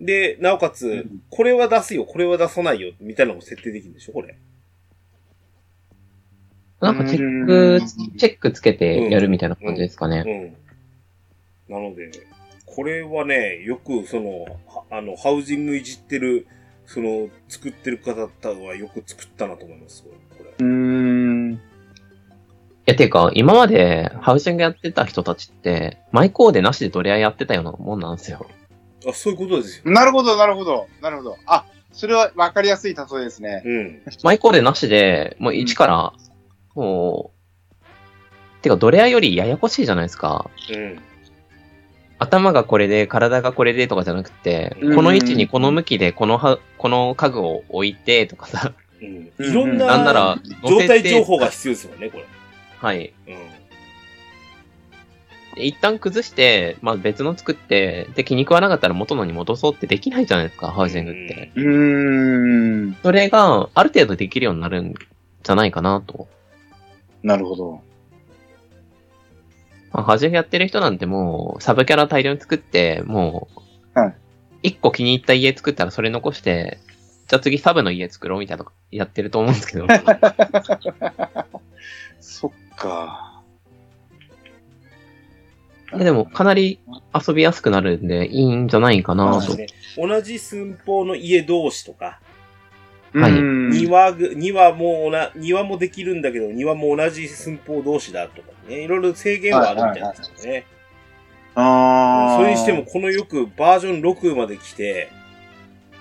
で、なおかつ、うんこれは出すよ、これは出さないよ、みたいなのも設定できるんでしょ、これ。なんかチェッうクん、チェックつけてやるみたいな感じですかね。うん。なので、これはね、よくその、はあの、ハウジングいじってる、その、作ってる方はよく作ったなと思います、これ。うん。いや、てか、今までハウジングやってた人たちって、マイコーデなしでドレアやってたようなもんなんですよ。あ、そういうことですよ。なるほど、なるほど、なるほど。あ、それは分かりやすい例えですね。うん。マイコーデなしで、もう一から、もう、てか、ドレアよりややこしいじゃないですか。うん。頭がこれで、体がこれでとかじゃなくて、うんこの位置にこの向きで、このは、この家具を置いてとかさ、うん。うんいろんな、なんなら、状乗せ態て情報が。必要ですもんね、これ。はい。うん。で一旦崩して、まあ別の作って、で気に食わなかったら元のに戻そうってできないじゃないですか、ハウジングって。うーん。それが、ある程度できるようになるんじゃないかなと。なるほど。まあ、ハウジングやってる人なんてもう、サブキャラ大量に作って、もはう、一個気に入った家作ったらそれ残して、じゃあ次サブの家作ろうみたいなのやってると思うんですけど。そっか。ででも、かなり遊びやすくなるんで、いいんじゃないかなそうですと。ね。同じ寸法の家同士とか、うん、はい庭ぐ、庭もおな、庭もできるんだけど、庭も同じ寸法同士だとかね、いろいろ制限はあるみたいなんですけどね。ああ。それにしても、、このよくバージョン6まで来て、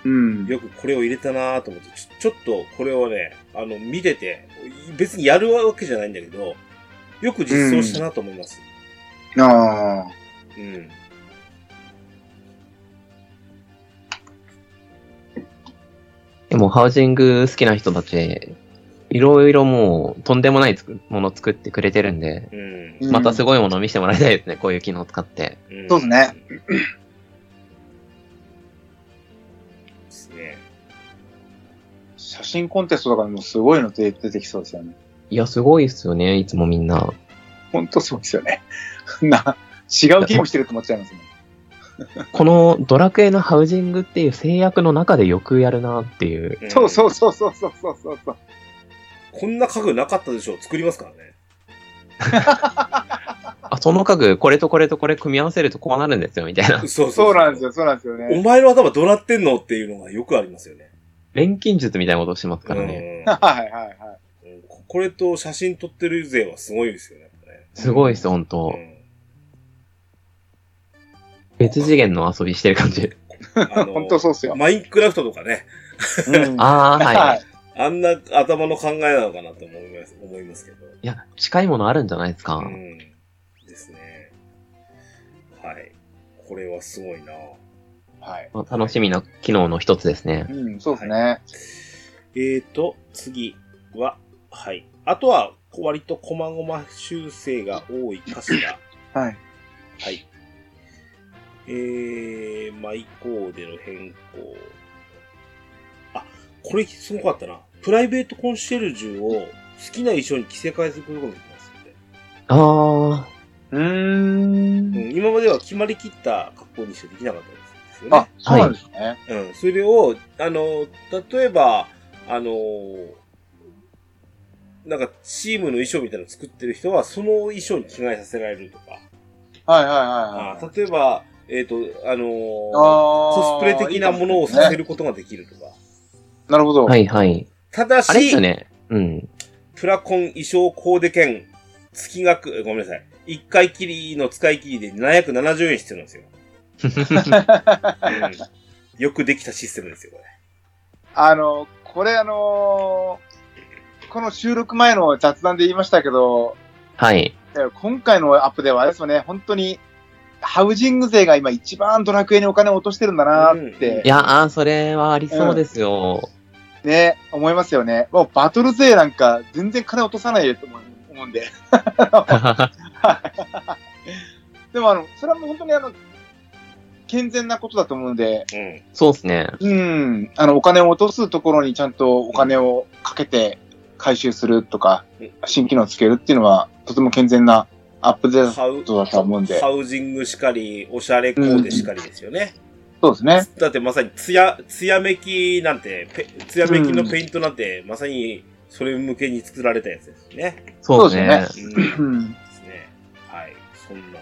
うん。よくこれを入れたなぁと思ってちょ、ちょっとこれをね、あの、見てて、別にやるわけじゃないんだけど、よく実装したなと思います。ああ。うん。でも、ハウジング好きな人たち、いろいろもう、とんでもないつくもの作ってくれてるんで、うん。うんまたすごいもの見せてもらいたいですね、こういう機能を使って。うんそうですね。ですね。写真コンテストとかでもすごいの出てきそうですよね。いや、すごいっすよね、いつもみんな。ほんとそうですよね。 な、違うゲームしてると思っちゃいますね。このドラクエのハウジングっていう制約の中でよくやるなっていう。んそうそうそうそうそうそうそうそう。こんな家具なかったでしょ作りますから ね。あ、その家具、これとこれとこれ組み合わせるとこうなるんですよ、みたいな そ。うそうそうなんですよ、そうなんですよおね。前の頭どうなってんのっていうのがよくありますよね。錬金術みたいなことしてますからね。うんはいはいはい。うんここれと写真撮ってる勢はすごいですよね。やっぱねすごいっす、ほんと。別次元の遊びしてる感じ。うんあのほんとそうっすよ。マインクラフトとかね、うんあー、はい。い。あんな頭の考えなのかなと思います思いますけど。いや、近いものあるんじゃないですか。うん。ですね。はい。これはすごいなはい。まあ楽しみな機能の一つですね。うん、そうですね。えーと、次は、はい。あとは、割と細々修正が多いかしら。はい。はい。えー、マイコーデの変更。あ、これすごかったな。プライベートコンシェルジュを好きな衣装に着せ替えすることができますって。あー、ううー。んん、今までは決まりきった格好にしかできなかったんですよね。あ、そうなんですね。うん、それを、あの、例えば、あの、なんかチームの衣装みたいなの作ってる人は、その衣装に着替えさせられるとか、はいはいはいはい。あ例えば、えっ、と、あのココスプレ的なものをさせることができるとか。なるほど。はいはい。ただあれですし、よね。うん。プラコン衣装コーデ券、月額、ごめんなさい。一回きりの使い切りで770円必要なんですよ。 うんよくできたシステムですよ、これ。あの、これあのーこの収録前の雑談で言いましたけど、はい。今回のアップではあれですよね、本当に、ハウジング税が今一番ドラクエにお金を落としてるんだなっうんいて、やー、それはありそうですよ。ね、思いますよね。もうバトル税なんか全然金落とさないと思う思うんで。でもあの、それはもう本当にあの、健全なことだと思うんで、うん。 そうですね。うん、あの、お金を落とすところにちゃんとお金をかけて回収するとかうん、新機能をつけるっていうのは、とても健全なアップデーハウトだと思うんで、ハウジングしかり、おしゃれコーデしかりですよね。そうですね。だってまさに、つや、つやめきなんて、ペつやめきのペイントなんて、まさに、それ向けに作られたやつですね。そうですそうねで。すうん。でうん。すね。はい。そんなんで。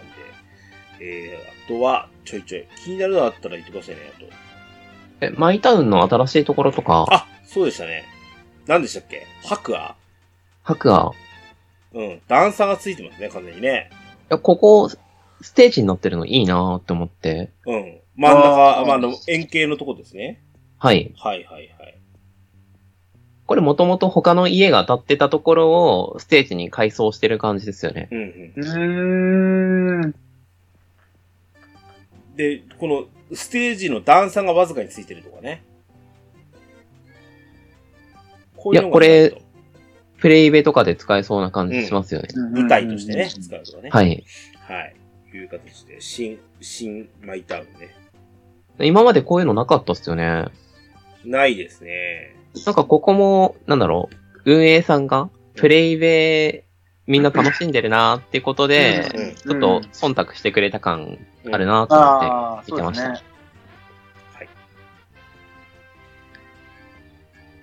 えー、あとは、ちょいちょい。気になるのあったら言ってくださいね、あと。えマイタウンの新しいところとか、あ、そうでしたね。何でしたっけ白亜白亜、うん。段差がついてますね、完全にね。いやここ、ステージになってるのいいなーって思って。うん。真ん中、あーまあ、あの、円形のとこですね。はい。はいはいはい。これもともと他の家が建ってたところをステージに改装してる感じですよね。うんうん。うーん。で、この、ステージの段差がわずかについてるとかね。こういうのがいやこれ、プレイベとかで使えそうな感じしますよね。舞台としてね、使うとかね。。はいい。はい。いう形で、新、新マイタウンね。今までこういうのなかったっすよね。ないですね。なんかここも、なんだろう、運営さんが、プレイベみんな楽しんでるなーってことで、うんちょっと忖度してくれた感あるな。なーと思っああ、てそ見てうまでしすた。ね。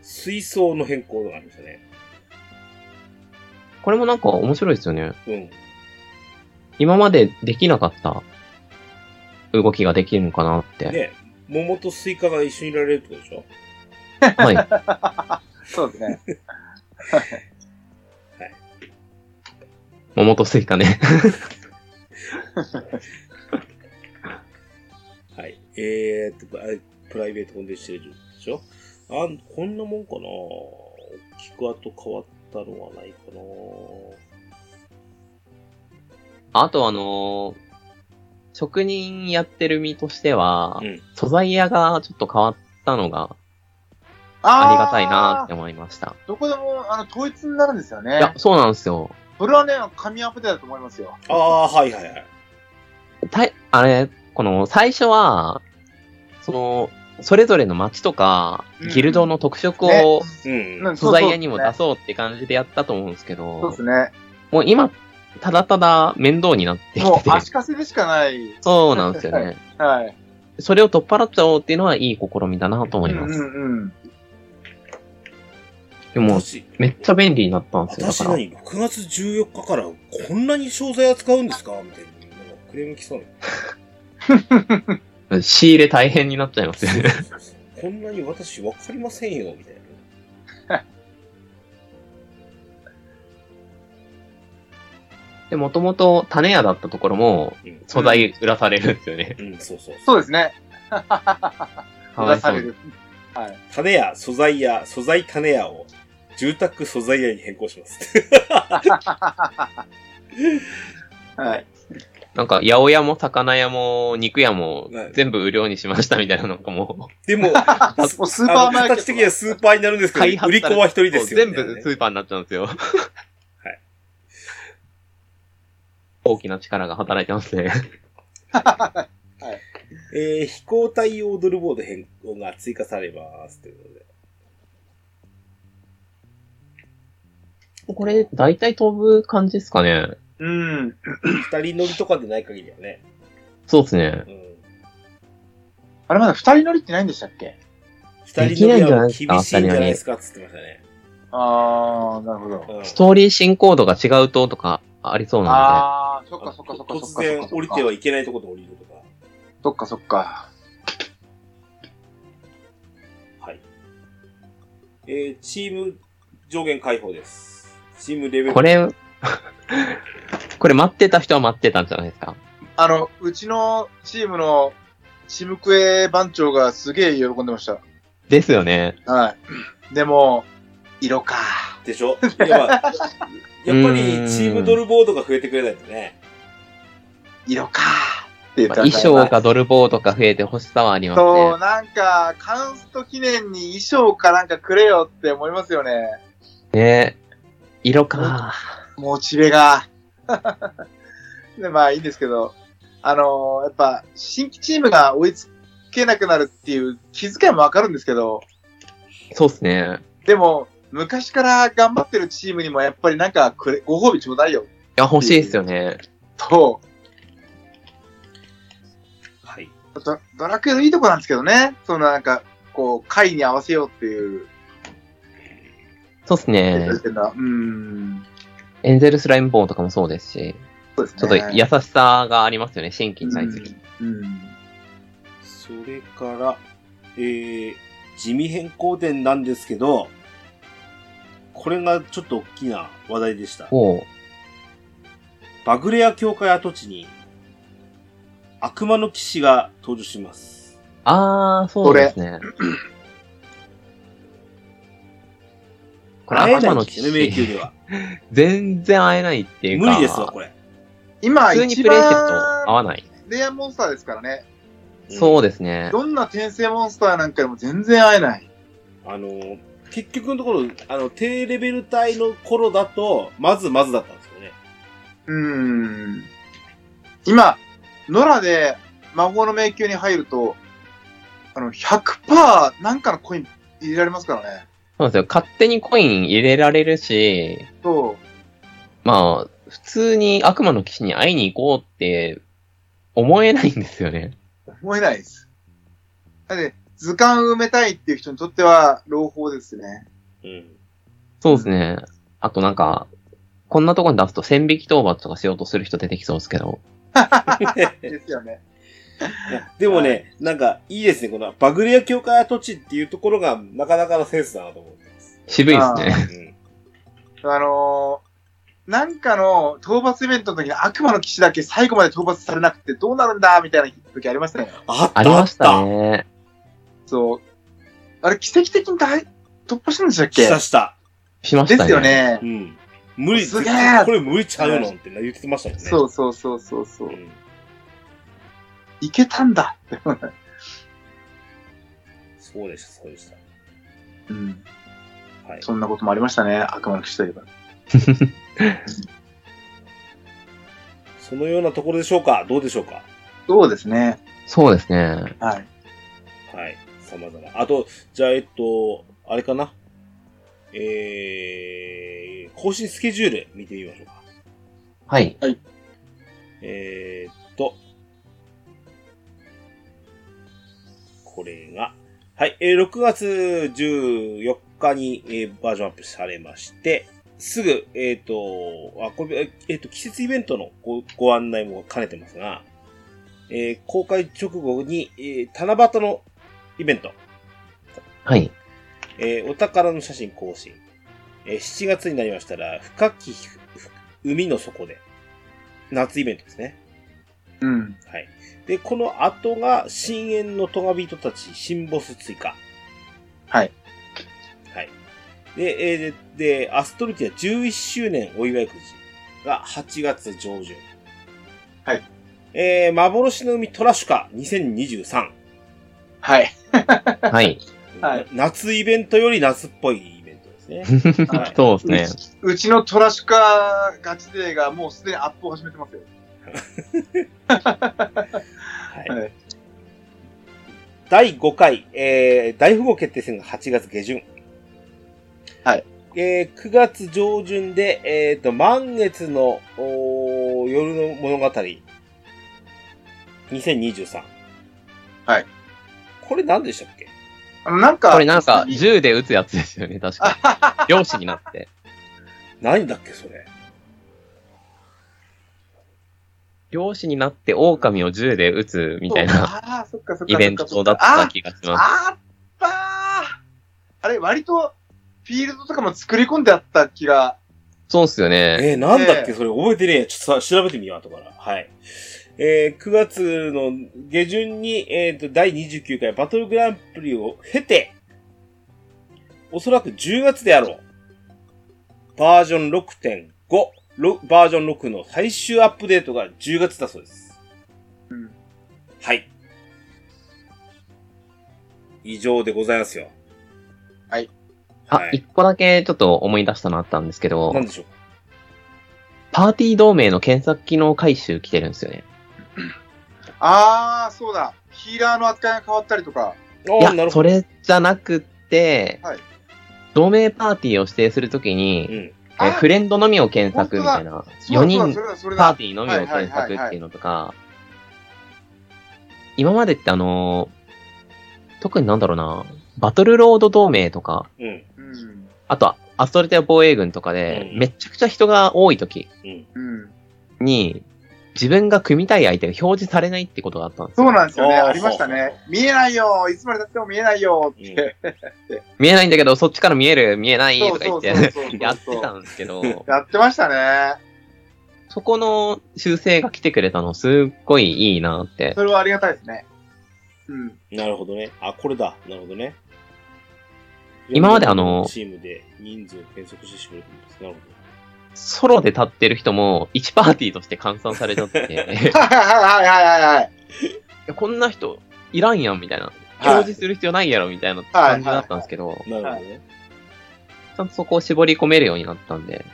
水槽の変更がありましたね。これもなんか面白いですよね。うん。今までできなかった動きができるのかなって。ね桃とスイカが一緒にいられるってことでしょ はい。そうですね。桃とスイカね。 はい。えーっと、プライプライベートコンデンしてるでしょあん、こんなもんかな大きくあと変わったのはないかなあとあのー職人やってる身としては、うん素材屋がちょっと変わったのがあありがたいなってー思いました。どこでも、あの、統一になるんですよいやね、。そうなんですよ。それはね、神アップデートだと思いますよ。ああ、はいはいはい。たいあれ、この最初は、その、それぞれの町とか、うんギルドの特色ねをうん。うん素材屋にも出そそうって感じでやったと思うんですけど、うですね。もう今、ただただ面倒になってもきうて、足かせでしかない。そうなんですよね。はい。それを取っ払っちゃおうっていうのはいい試みだなと思ういんます。うんうん。でも、私めっちゃ便利になったんですよ。だ私から。何 ?6 月14日からこんなに商材扱うんですかみたいな。なんかクレーム来そうな。 仕入れ大変になっちゃいますよね。こんなに私わかりませんよ、みたいな。で、もともと種屋だったところも、うん。素材売らされるんですよね。うん、そうそうそう。そうですね。かわ出いそさうれに。る。はい。種屋、素材屋、素材種屋を住宅素材屋に変更します。 はい。なんか、八百屋も魚屋も肉屋もはい全部売るようにしましたみたいななんかもで も、もうスーパーマーケット。あの形的にはスーパーになるんですう、けど、開発売りされ子は一人でもうすよ、全みたいなね部スーパーになっちゃうんですよ。 大きな力が働いてますね。えー飛行体用ドルボード変更が追加されます。ということで。これ、だいたい飛ぶ感じですかね。うん。二人乗りとかでない限りはね。そうですね。うん。あれまだ二人乗りってないんでしたっけ二で人乗きないりんじはゃなもいう厳でしいすんかじゃないですかっつってましたね。あー、なるほうど。んストーリー進行度が違うととかありそうなんあー、そっかそっかそっかそっか。突然降りてはいけないところで降りるとか。そっかそっか。はい。えーチーム上限解放です。チームレベで。ル。これ、 これ待ってた人は待ってたんじゃないですか。あの、うちのチームのシムクエ番長がすげえ喜んでました。ですよね。はい。でも、色か。でしょやっぱ、 やっぱりチームドルボードが増えてくれないとね。色か。って言まっあてま衣したね装かドルボーとか増えて欲しさはありますそう、ね。なんか、カンスト記念に衣装かなんかくれよって思いますよね。ね色か。モチベが。 で、まあいいんですけど、あのーやっぱ、新規チームが追いつけなくなるっていう気遣いもわかるんですけど、そうっすね。でも、昔から頑張ってるチームにもやっぱりなんかくれ、ご褒美ちょうだいよ、いや、欲しいですよね。と。はい。ドドラクエのいいとこなんですけどね。そのなんか、こう、回に合わせようっていう、そうっすね。ていうのは、うん。エンゼルスライムボーンとかもそうですし、そうですちょね。っと優しさがありますよね、新規に対する。うん。うんそれから、えー、地味変更点なんですけど、これがちょっと大きな話題でした。おうバグレア教会跡地に、悪魔の騎士が登場します。あー、そうですね。これ、会え悪な魔いのん騎ですよね、迷宮士。では。全然会えないっていう無か。理ですわ、これ。今、普通に一プレイしてると合番わない。レアモンスターですからね。そうですね。どんな転生モンスターなんかでも全然会えない。あの、結局のところ、あの、低レベル帯の頃だと、まずまずだったんですよね。うーん。今、野良で魔法の迷宮に入ると、あの、100%なんかのコイン入れられますからね。そうですよ。勝手にコイン入れられるし、そまあ、普通に悪魔の騎士に会いに行こうって思えないんですよね。う、思えないです。だって、図鑑埋めたいっていう人にとっては朗報ですね。うん。そうですね。あとなんか、こんなとこに出すと線引き討伐とかしようとする人出てきそうですけど。ですよね。いやでもね、なんか、いいですね。この、バグレア教会跡地っていうところが、なかなかのセンスだなと思ってます。渋いですね。うん。あのーなんかの討伐イベントの時に悪魔の騎士だけ最後まで討伐されなくてどうなるんだみたいな時ありましたね。あった ありましたね。そう。あれ奇跡的に大突破したんでしたっけしたした。しましでたね。すよ。ねう。ん。無理、すげえこれ無理ちゃうのって言ってましたもんね。そうそうそうそうそうう。ん。いけたんだ。そうでした、そうでした。うん。はい。そんなこともありましたね。悪魔の騎士といえば。そのようなところでしょうかどうでしょうかそうですね。そうですね。はい。はい。様々。あと、じゃあ、えっと、あれかなえー、更新スケジュール見てみましょうか。はい。えー、っと、これが、はい、えー6月14日に、えーバージョンアップされまして、すぐ、えーっ、と、あ、これ、えーっ、と、季節イベントのごご案内も兼ねてますが、えー公開直後に、えー七夕のイベント、はい。えーお宝の写真更新。えー7月になりましたら、深きふふ海の底で、夏イベントですね。うん。はい。で、この後が、深淵のトガビ人たち、新ボス追加。はい。はい。で、えーで、でアストルティア11周年お祝いくじが8月上旬。はい。えー、幻の海トラシュカ2023。はい。 はい。はい夏イベントより夏っぽいイベントですね。 はいそうですね。うちのトラシュカガチ勢がもうすでにアップを始めてますよ。はい。はい第5回、えー、大富豪決定戦が8月下旬。はい。えー、9月上旬で、えっ、と、満月の、おー夜の物語、2023。はい。これ何でしたっけあの、なんか、これなんか、銃で撃つやつですよね、確 か。漁師になって。何だっけ、それ。漁師になって狼を銃で撃つみたいなああー、そっかそっかそっかそっか。イベントだった気がします。あったーあれ、割と、フィールドとかも作り込んであった気が。そうっすよね。えー、なんだっけ、えーそれ覚えてねえや。ちょっとさ調べてみよう、後から。はい。えー9月の下旬に、えっ、と、第29回バトルグランプリを経て、おそらく10月であろう。バージョン6.5、ろバージョン6の最終アップデートが10月だそうです。うんはい。以上でございますよ。はい。あ、一、個だけちょっと思い出したのあったんですけどな、んでしょうパーティー同盟の検索機能回収来てるんですよね。あー、そうだ。ヒーラーの扱いが変わったりとか。あいーなや、るそほど。れじゃなくって、はい同盟パーティーを指定するときに、うん。えあフレンドのみを検索みたいな、そう4だそうだ人それだ、それパーだ。ティーのみを検索っていうのとかい、今までってあのー特になんだろうな、バトルロード同盟とか、うん。うん。あとはアストルテア防衛軍とかで、うんめちゃくちゃ人が多いときうん。うん。に、自分が組みたい相手が表示されないってことがあったんですそうよ。なんですよね。あーありましたね。見えないよいつまで経っても見えないよって。見えないんだけど、そっちから見える、見えないそとうか言そっうてそうそうそう。 やってたんですけど、やってましたね。そこの修正が来てくれたのすっごいいいなって。それはありがたいですね。うん。なるほどね。あ、これだ。なるほどね。今まであのチームで人数を計測してしまうんです。なるほソロで立ってる人も1パーティーとして換算されちゃってて、はいはいはいはいはい。いやこんな人いらんやんみたいな。はい表示する必要ないやろみたいな感じだったんですけど、ど。なるほどね。ちゃんとそこを絞り込めるようになったんで。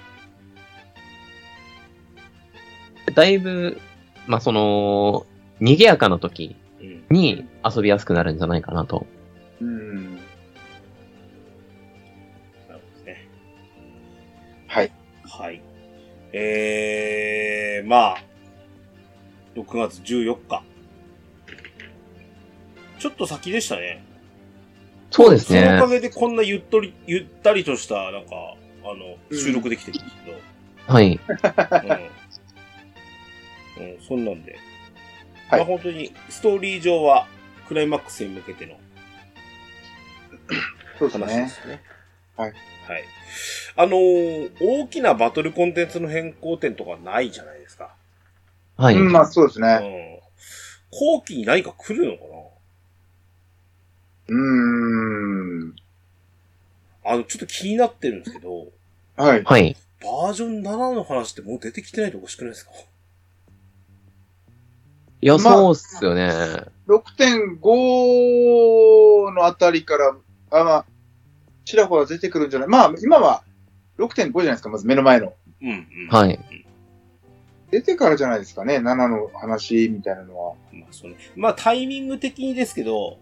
だいぶ、まあ、その、賑やかな時うん。に遊びやすくなるんじゃないかなと。うん。なるほどね。はい。はい。えー、まあ、6月14日。ちょっと先でしたね。そうですそのおねか。げでこんなゆっとり、ゆったりとした、なんか、あの、収録できてるんですけど。はい。うん。うん、そんなんで。はいまあ本当に、ストーリー上は、クライマックスに向けてのそうです話でね。すね。はい。はい。あのー大きなバトルコンテンツの変更点とかないじゃないですか。はい。うん、まあそうですうん。ね。後期に何か来るのかうーん。なあの、ちょっと気になってるんですけど、はい。はい。バージョン7の話ってもう出てきてないとおかしくないですかいや、まあそうっすよね。 6.5のあたりから、あ、まあ、ちらほら出てくるんじゃないまあ、今は6.5じゃないですか、まず目の前の。うん、うん。はい。出てからじゃないですかね、7の話みたいなのは。まあ、その、まあ、タイミング的にですけど、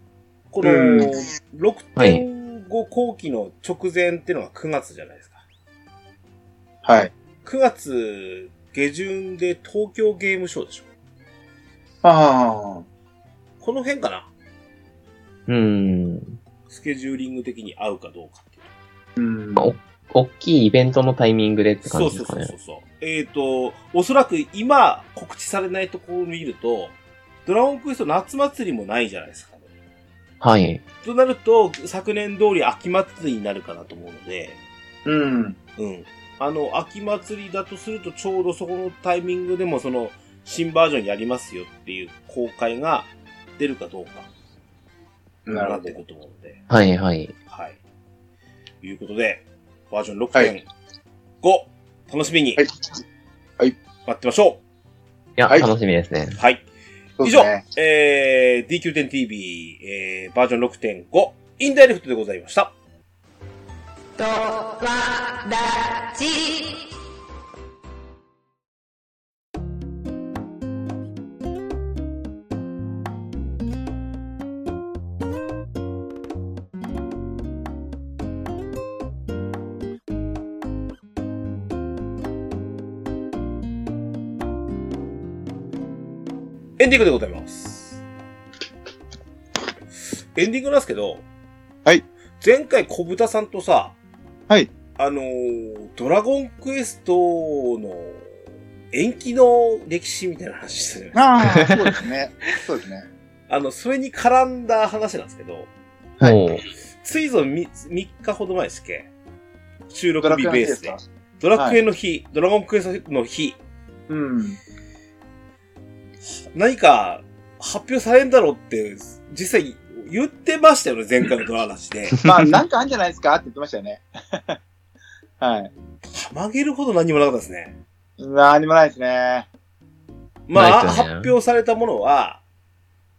こうんの、6.5後期の直前っていうのが9月じゃないですか。はい。 9月下旬で東京ゲームショウでしょ。ああ。この辺かなうん。スケジューリング的に合うかどうかっていう。うん。お大きいイベントのタイミングでってそ感うじそでうすかそうそね。うそう。えっ、と、おそらく今告知されないところを見ると、ドラゴンクエスト夏祭りもないじゃないですか。はい。となると、昨年通り秋祭りになるかなと思うので、うん。うん。あの、秋祭りだとすると、ちょうどそこのタイミングでも、その、新バージョンやりますよっていう公開が出るかどうか、なるなっほてどく。ると思うので、はい、はい。はい。ということで、バージョン6.5、はい楽しみにはい待。ってましょいや、はい楽しみですねう。。はい。そう以で上すね。、えー、DQ10TV、えー、バージョン6.5、インダイレクトでございました。とわらじエンディングでございます。エンディングなんですけど、はい。前回小豚さんとさ、はい。あのードラゴンクエストの延期の歴史みたいな話してる。ああ、そうです ね。そうですね。あの、それに絡んだ話なんですけど、はいもう、ついぞ 3, 日ほど前ですっけ収録ドラク日エのベ日ースですでか。ドラクエの日、ドラゴンクエストの日、うん。何か発表されんだろうって、実際言ってましたよね、前回のドラ話 で。まあ、なんかあるんじゃないですかって言ってましたよね。 はい。曲げるほど何もなかったですね。何もないですね。まあ、ないですよね発表されたものは、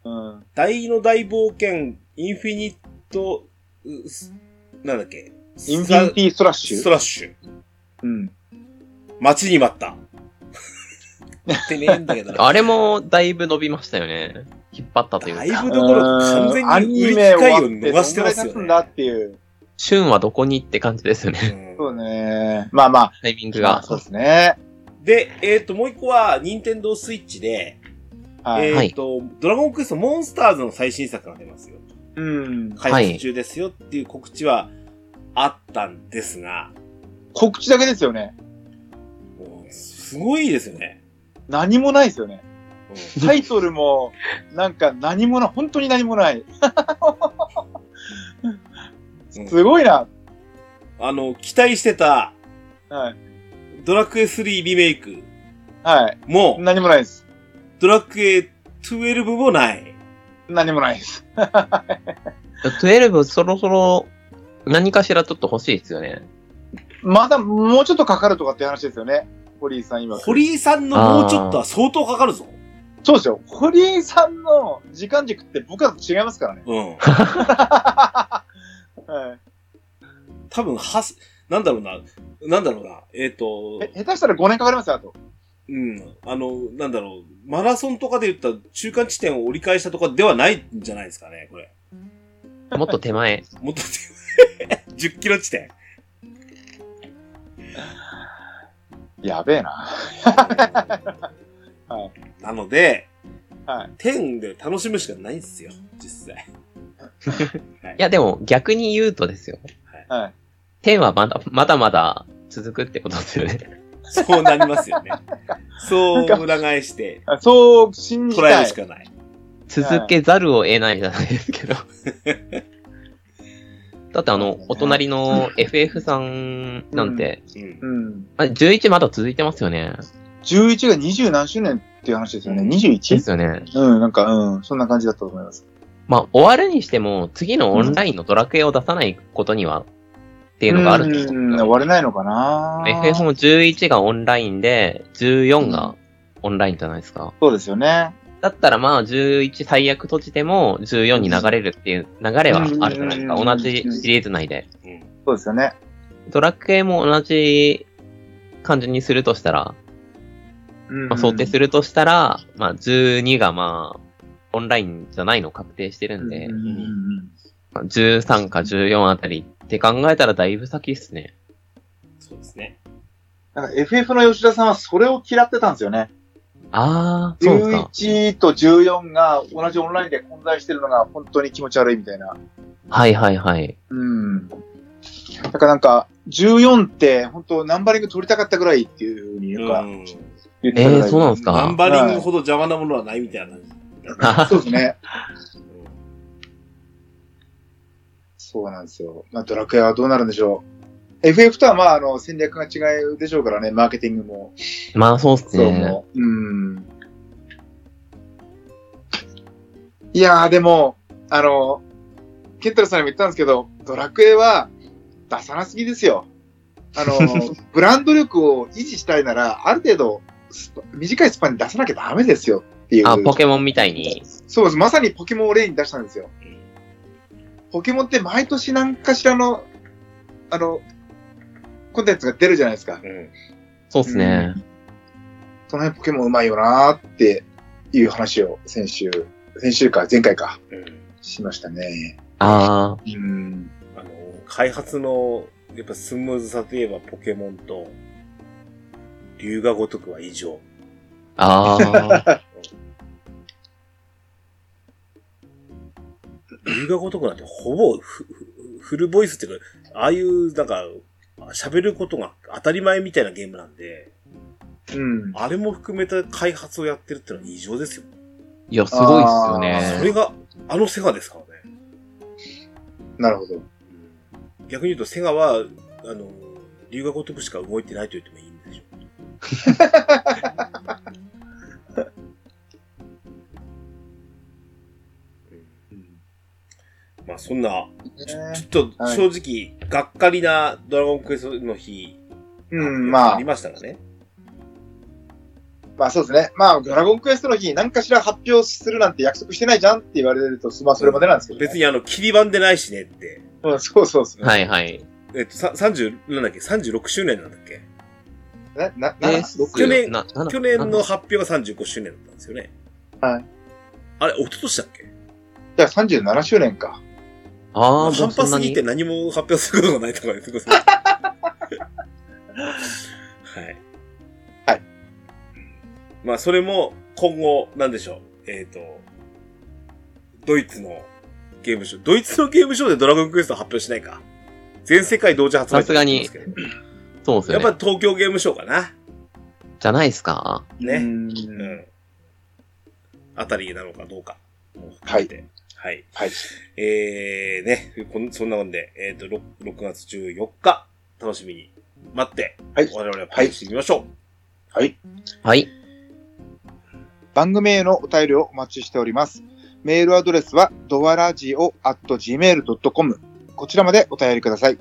うん。大の大冒険、インフィニット、うすなんだっけインフィニティストラッシストュ。ラッシュ。うん。待ちに待 った。ってねえんだけどな。あれもだいぶ伸びましたよね。引っ張ったというだか。いぶどころか完ア全に売ニり機メ終会わをって逃してどんぐらまいす経つよんだね。っていう。旬はどこにって感じで すよね。うんそうね。まあまあ。タイミングまあが。そうですね。で、えっ、と、もう一個は、任天堂スイッチで、はい。えっ、と、ドラゴンクエストモンスターズの最新作が出ますよ。うん。開発中ですよっていう告知はあったんですが、告知だけですよね。もうすごいですよね。何もないですよ ね。うんタイトルも、なんか何もない、本当に何もない。すごいな。あの、期待してたはい。ドラクエ3リメイクはい。も、何もないです。ドラクエ12もない。何もないです。 12そろそろ何かしらちょっと欲しいですよね。まだもうちょっとかかるとかって話ですよね。堀井さん今。堀井さんのもうちょっとは相当かかるぞ。そうですよ。堀井さんの時間軸って僕らと違いますからね。うん。はい。多分、はす、なんだろうな、なんだろうな、えっ、と、え下手したら5年かかりますよ、あと。うん。あの、なんだろう、マラソンとかで言ったら中間地点を折り返したとかではないんじゃないですかね、これ。もっと手前。もっと手 前、10キロ地点。やべえな。はなので、はい。天で楽しむしかないんですよ、実際。いや、でも逆に言うとですよ。はい。 10はまだ、まだまだ続くってことですよね。そうなります よね。そう裏返して、あそう信じ捉えたるいし。かない。続けざるを得ないじゃないですけ ど。だってあの、お隣の FF さんなんて、うん。うん。あ11まだ続いてますよね。 11が20何周年っていう話ですよね。で 21? すよね。うん、なんか、うん、そんな感じだったと思います。まあ、終わるにしても、次のオンラインのドラクエを出さないことには、っていうのがあるんですようん、終われないのかな FF も11がオンラインで、14がオンラインじゃないですか。そうですよね。だったらまあ、11最悪閉じても、14に流れるっていう流れはあるじゃないですか。うん同じシリーズ内で。そうですよね。ドラクエも同じ感じにするとしたら、うんまあ、想定するとしたら、まあ、12がまあ、オンラインじゃないの確定してるんでう、んうんまあ13か14あたりって考えたらだいぶ先っすね。そうですね。なんか FF の吉田さんはそれを嫌ってたんですよね。あー、そうですか。 11と14が同じオンラインで混在してるのが本当に気持ち悪いみたいな。はいはいはい。うん。だからなんか、14って本当ナンバリング取りたかったぐらいっていうふうに言うか、うん言ってえたぐー、らいそうなんですナンか。バリングほど邪魔なものはないみたいな感じ。 そうですね。うんそうなんですよ。まあドラクエはどうなるんでしょう。FF とはまああの戦略が違うでしょうからね、マーケティングも。まあそうっすそうね。もう。うん。いやー、でも、あの、ケンタルさんにも言ったんですけど、ドラクエは出さなすぎですよ。あの、ブランド力を維持したいなら、ある程度、スパ短いスパンに出さなきゃダメですよっていう。あ、ポケモンみたいに。そうです。まさにポケモンを例に出したんですよ。ポケモンって毎年何かしらの、あの、コンテンツが出るじゃないですか。うんそうっすね。その辺ポケモンうまいよなーっていう話を先週、先週か、前回か、うんしましたね。あー、うん。あの、開発の、やっぱスムーズさといえばポケモンと、龍が如くは異常。あ ー。龍が如くなんてほぼフフフルボイスっていうか、ああいう、なんか、喋ることが当たり前みたいなゲームなんで、うん。あれも含めた開発をやってるってのは異常ですよ。いや、すごいっすよそね。れが、あのセガですからね。なるほど。うん逆に言うとセガは、あの、龍が如くしか動いてないと言ってもいいんでしょう。まあそんな、ねちょっと正直、がっかりなドラゴンクエストの日、うん、まああり、ましたがね。まあそうですね。まあ、ドラゴンクエストの日に何かしら発表するなんて約束してないじゃんって言われると、まあそれまでなんですけど、ね。別にあの、切り番でないしねって。うん、そうそうですね。はいはい。えっと、さ30、なんだっけ ?36 周年なんだっけな、な、な、ね6去年なな去年なの発表が35周年だったんですよね。はい。あれ、一昨年だっけじゃあ37周年か。ああ、も半うそ端んすなぎにて。何も発表することがないとかね、それこそはい。はい。まあ、それも今後、なんでしょう。えっ、と、ドイツのゲームショー。ドイツのゲームショーでドラゴンクエスト発表しないか。全世界同時発売さすがにってことですけどそうですやよっねぱ。東京ゲームショーかな。じゃないですかね。うんうん。あたりなのかどうか。はい。はい。はい。えー、ね、こんそんなもんで、えっ、と6、6月14日、楽しみに待って、はい我々はパイしてみましょはい。はい。番組へのお便りをお待ちしております。メールアドレスは、ドアラジオ at gmail.com。こちらまでお便りください。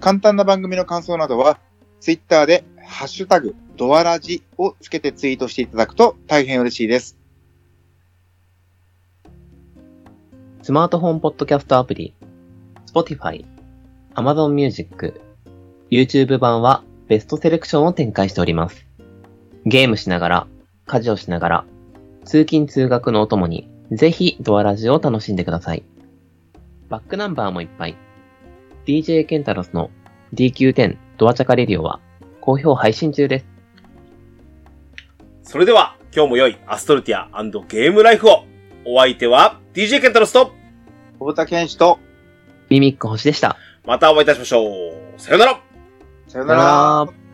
簡単な番組の感想などは、ツイッターで、ハッシュタグ、ドアラジをつけてツイートしていただくと大変嬉しいです。スマートフォンポッドキャストアプリ、Spotify、Amazon Music、YouTube 版はベストセレクションを展開しております。ゲームしながら、家事をしながら、通勤通学のお供に、ぜひドアラジオを楽しんでください。バックナンバーもいっぱい。DJ ケンタロスの DQ10 ドアチャカレディオは好評配信中でう。す。それでは、今日も良いアストルティアゲームライフを。お相手は、DJ ケンタロスと、大田健志と、ミミック星でした。またお会いいたしましょう。さよならさよなら。ら。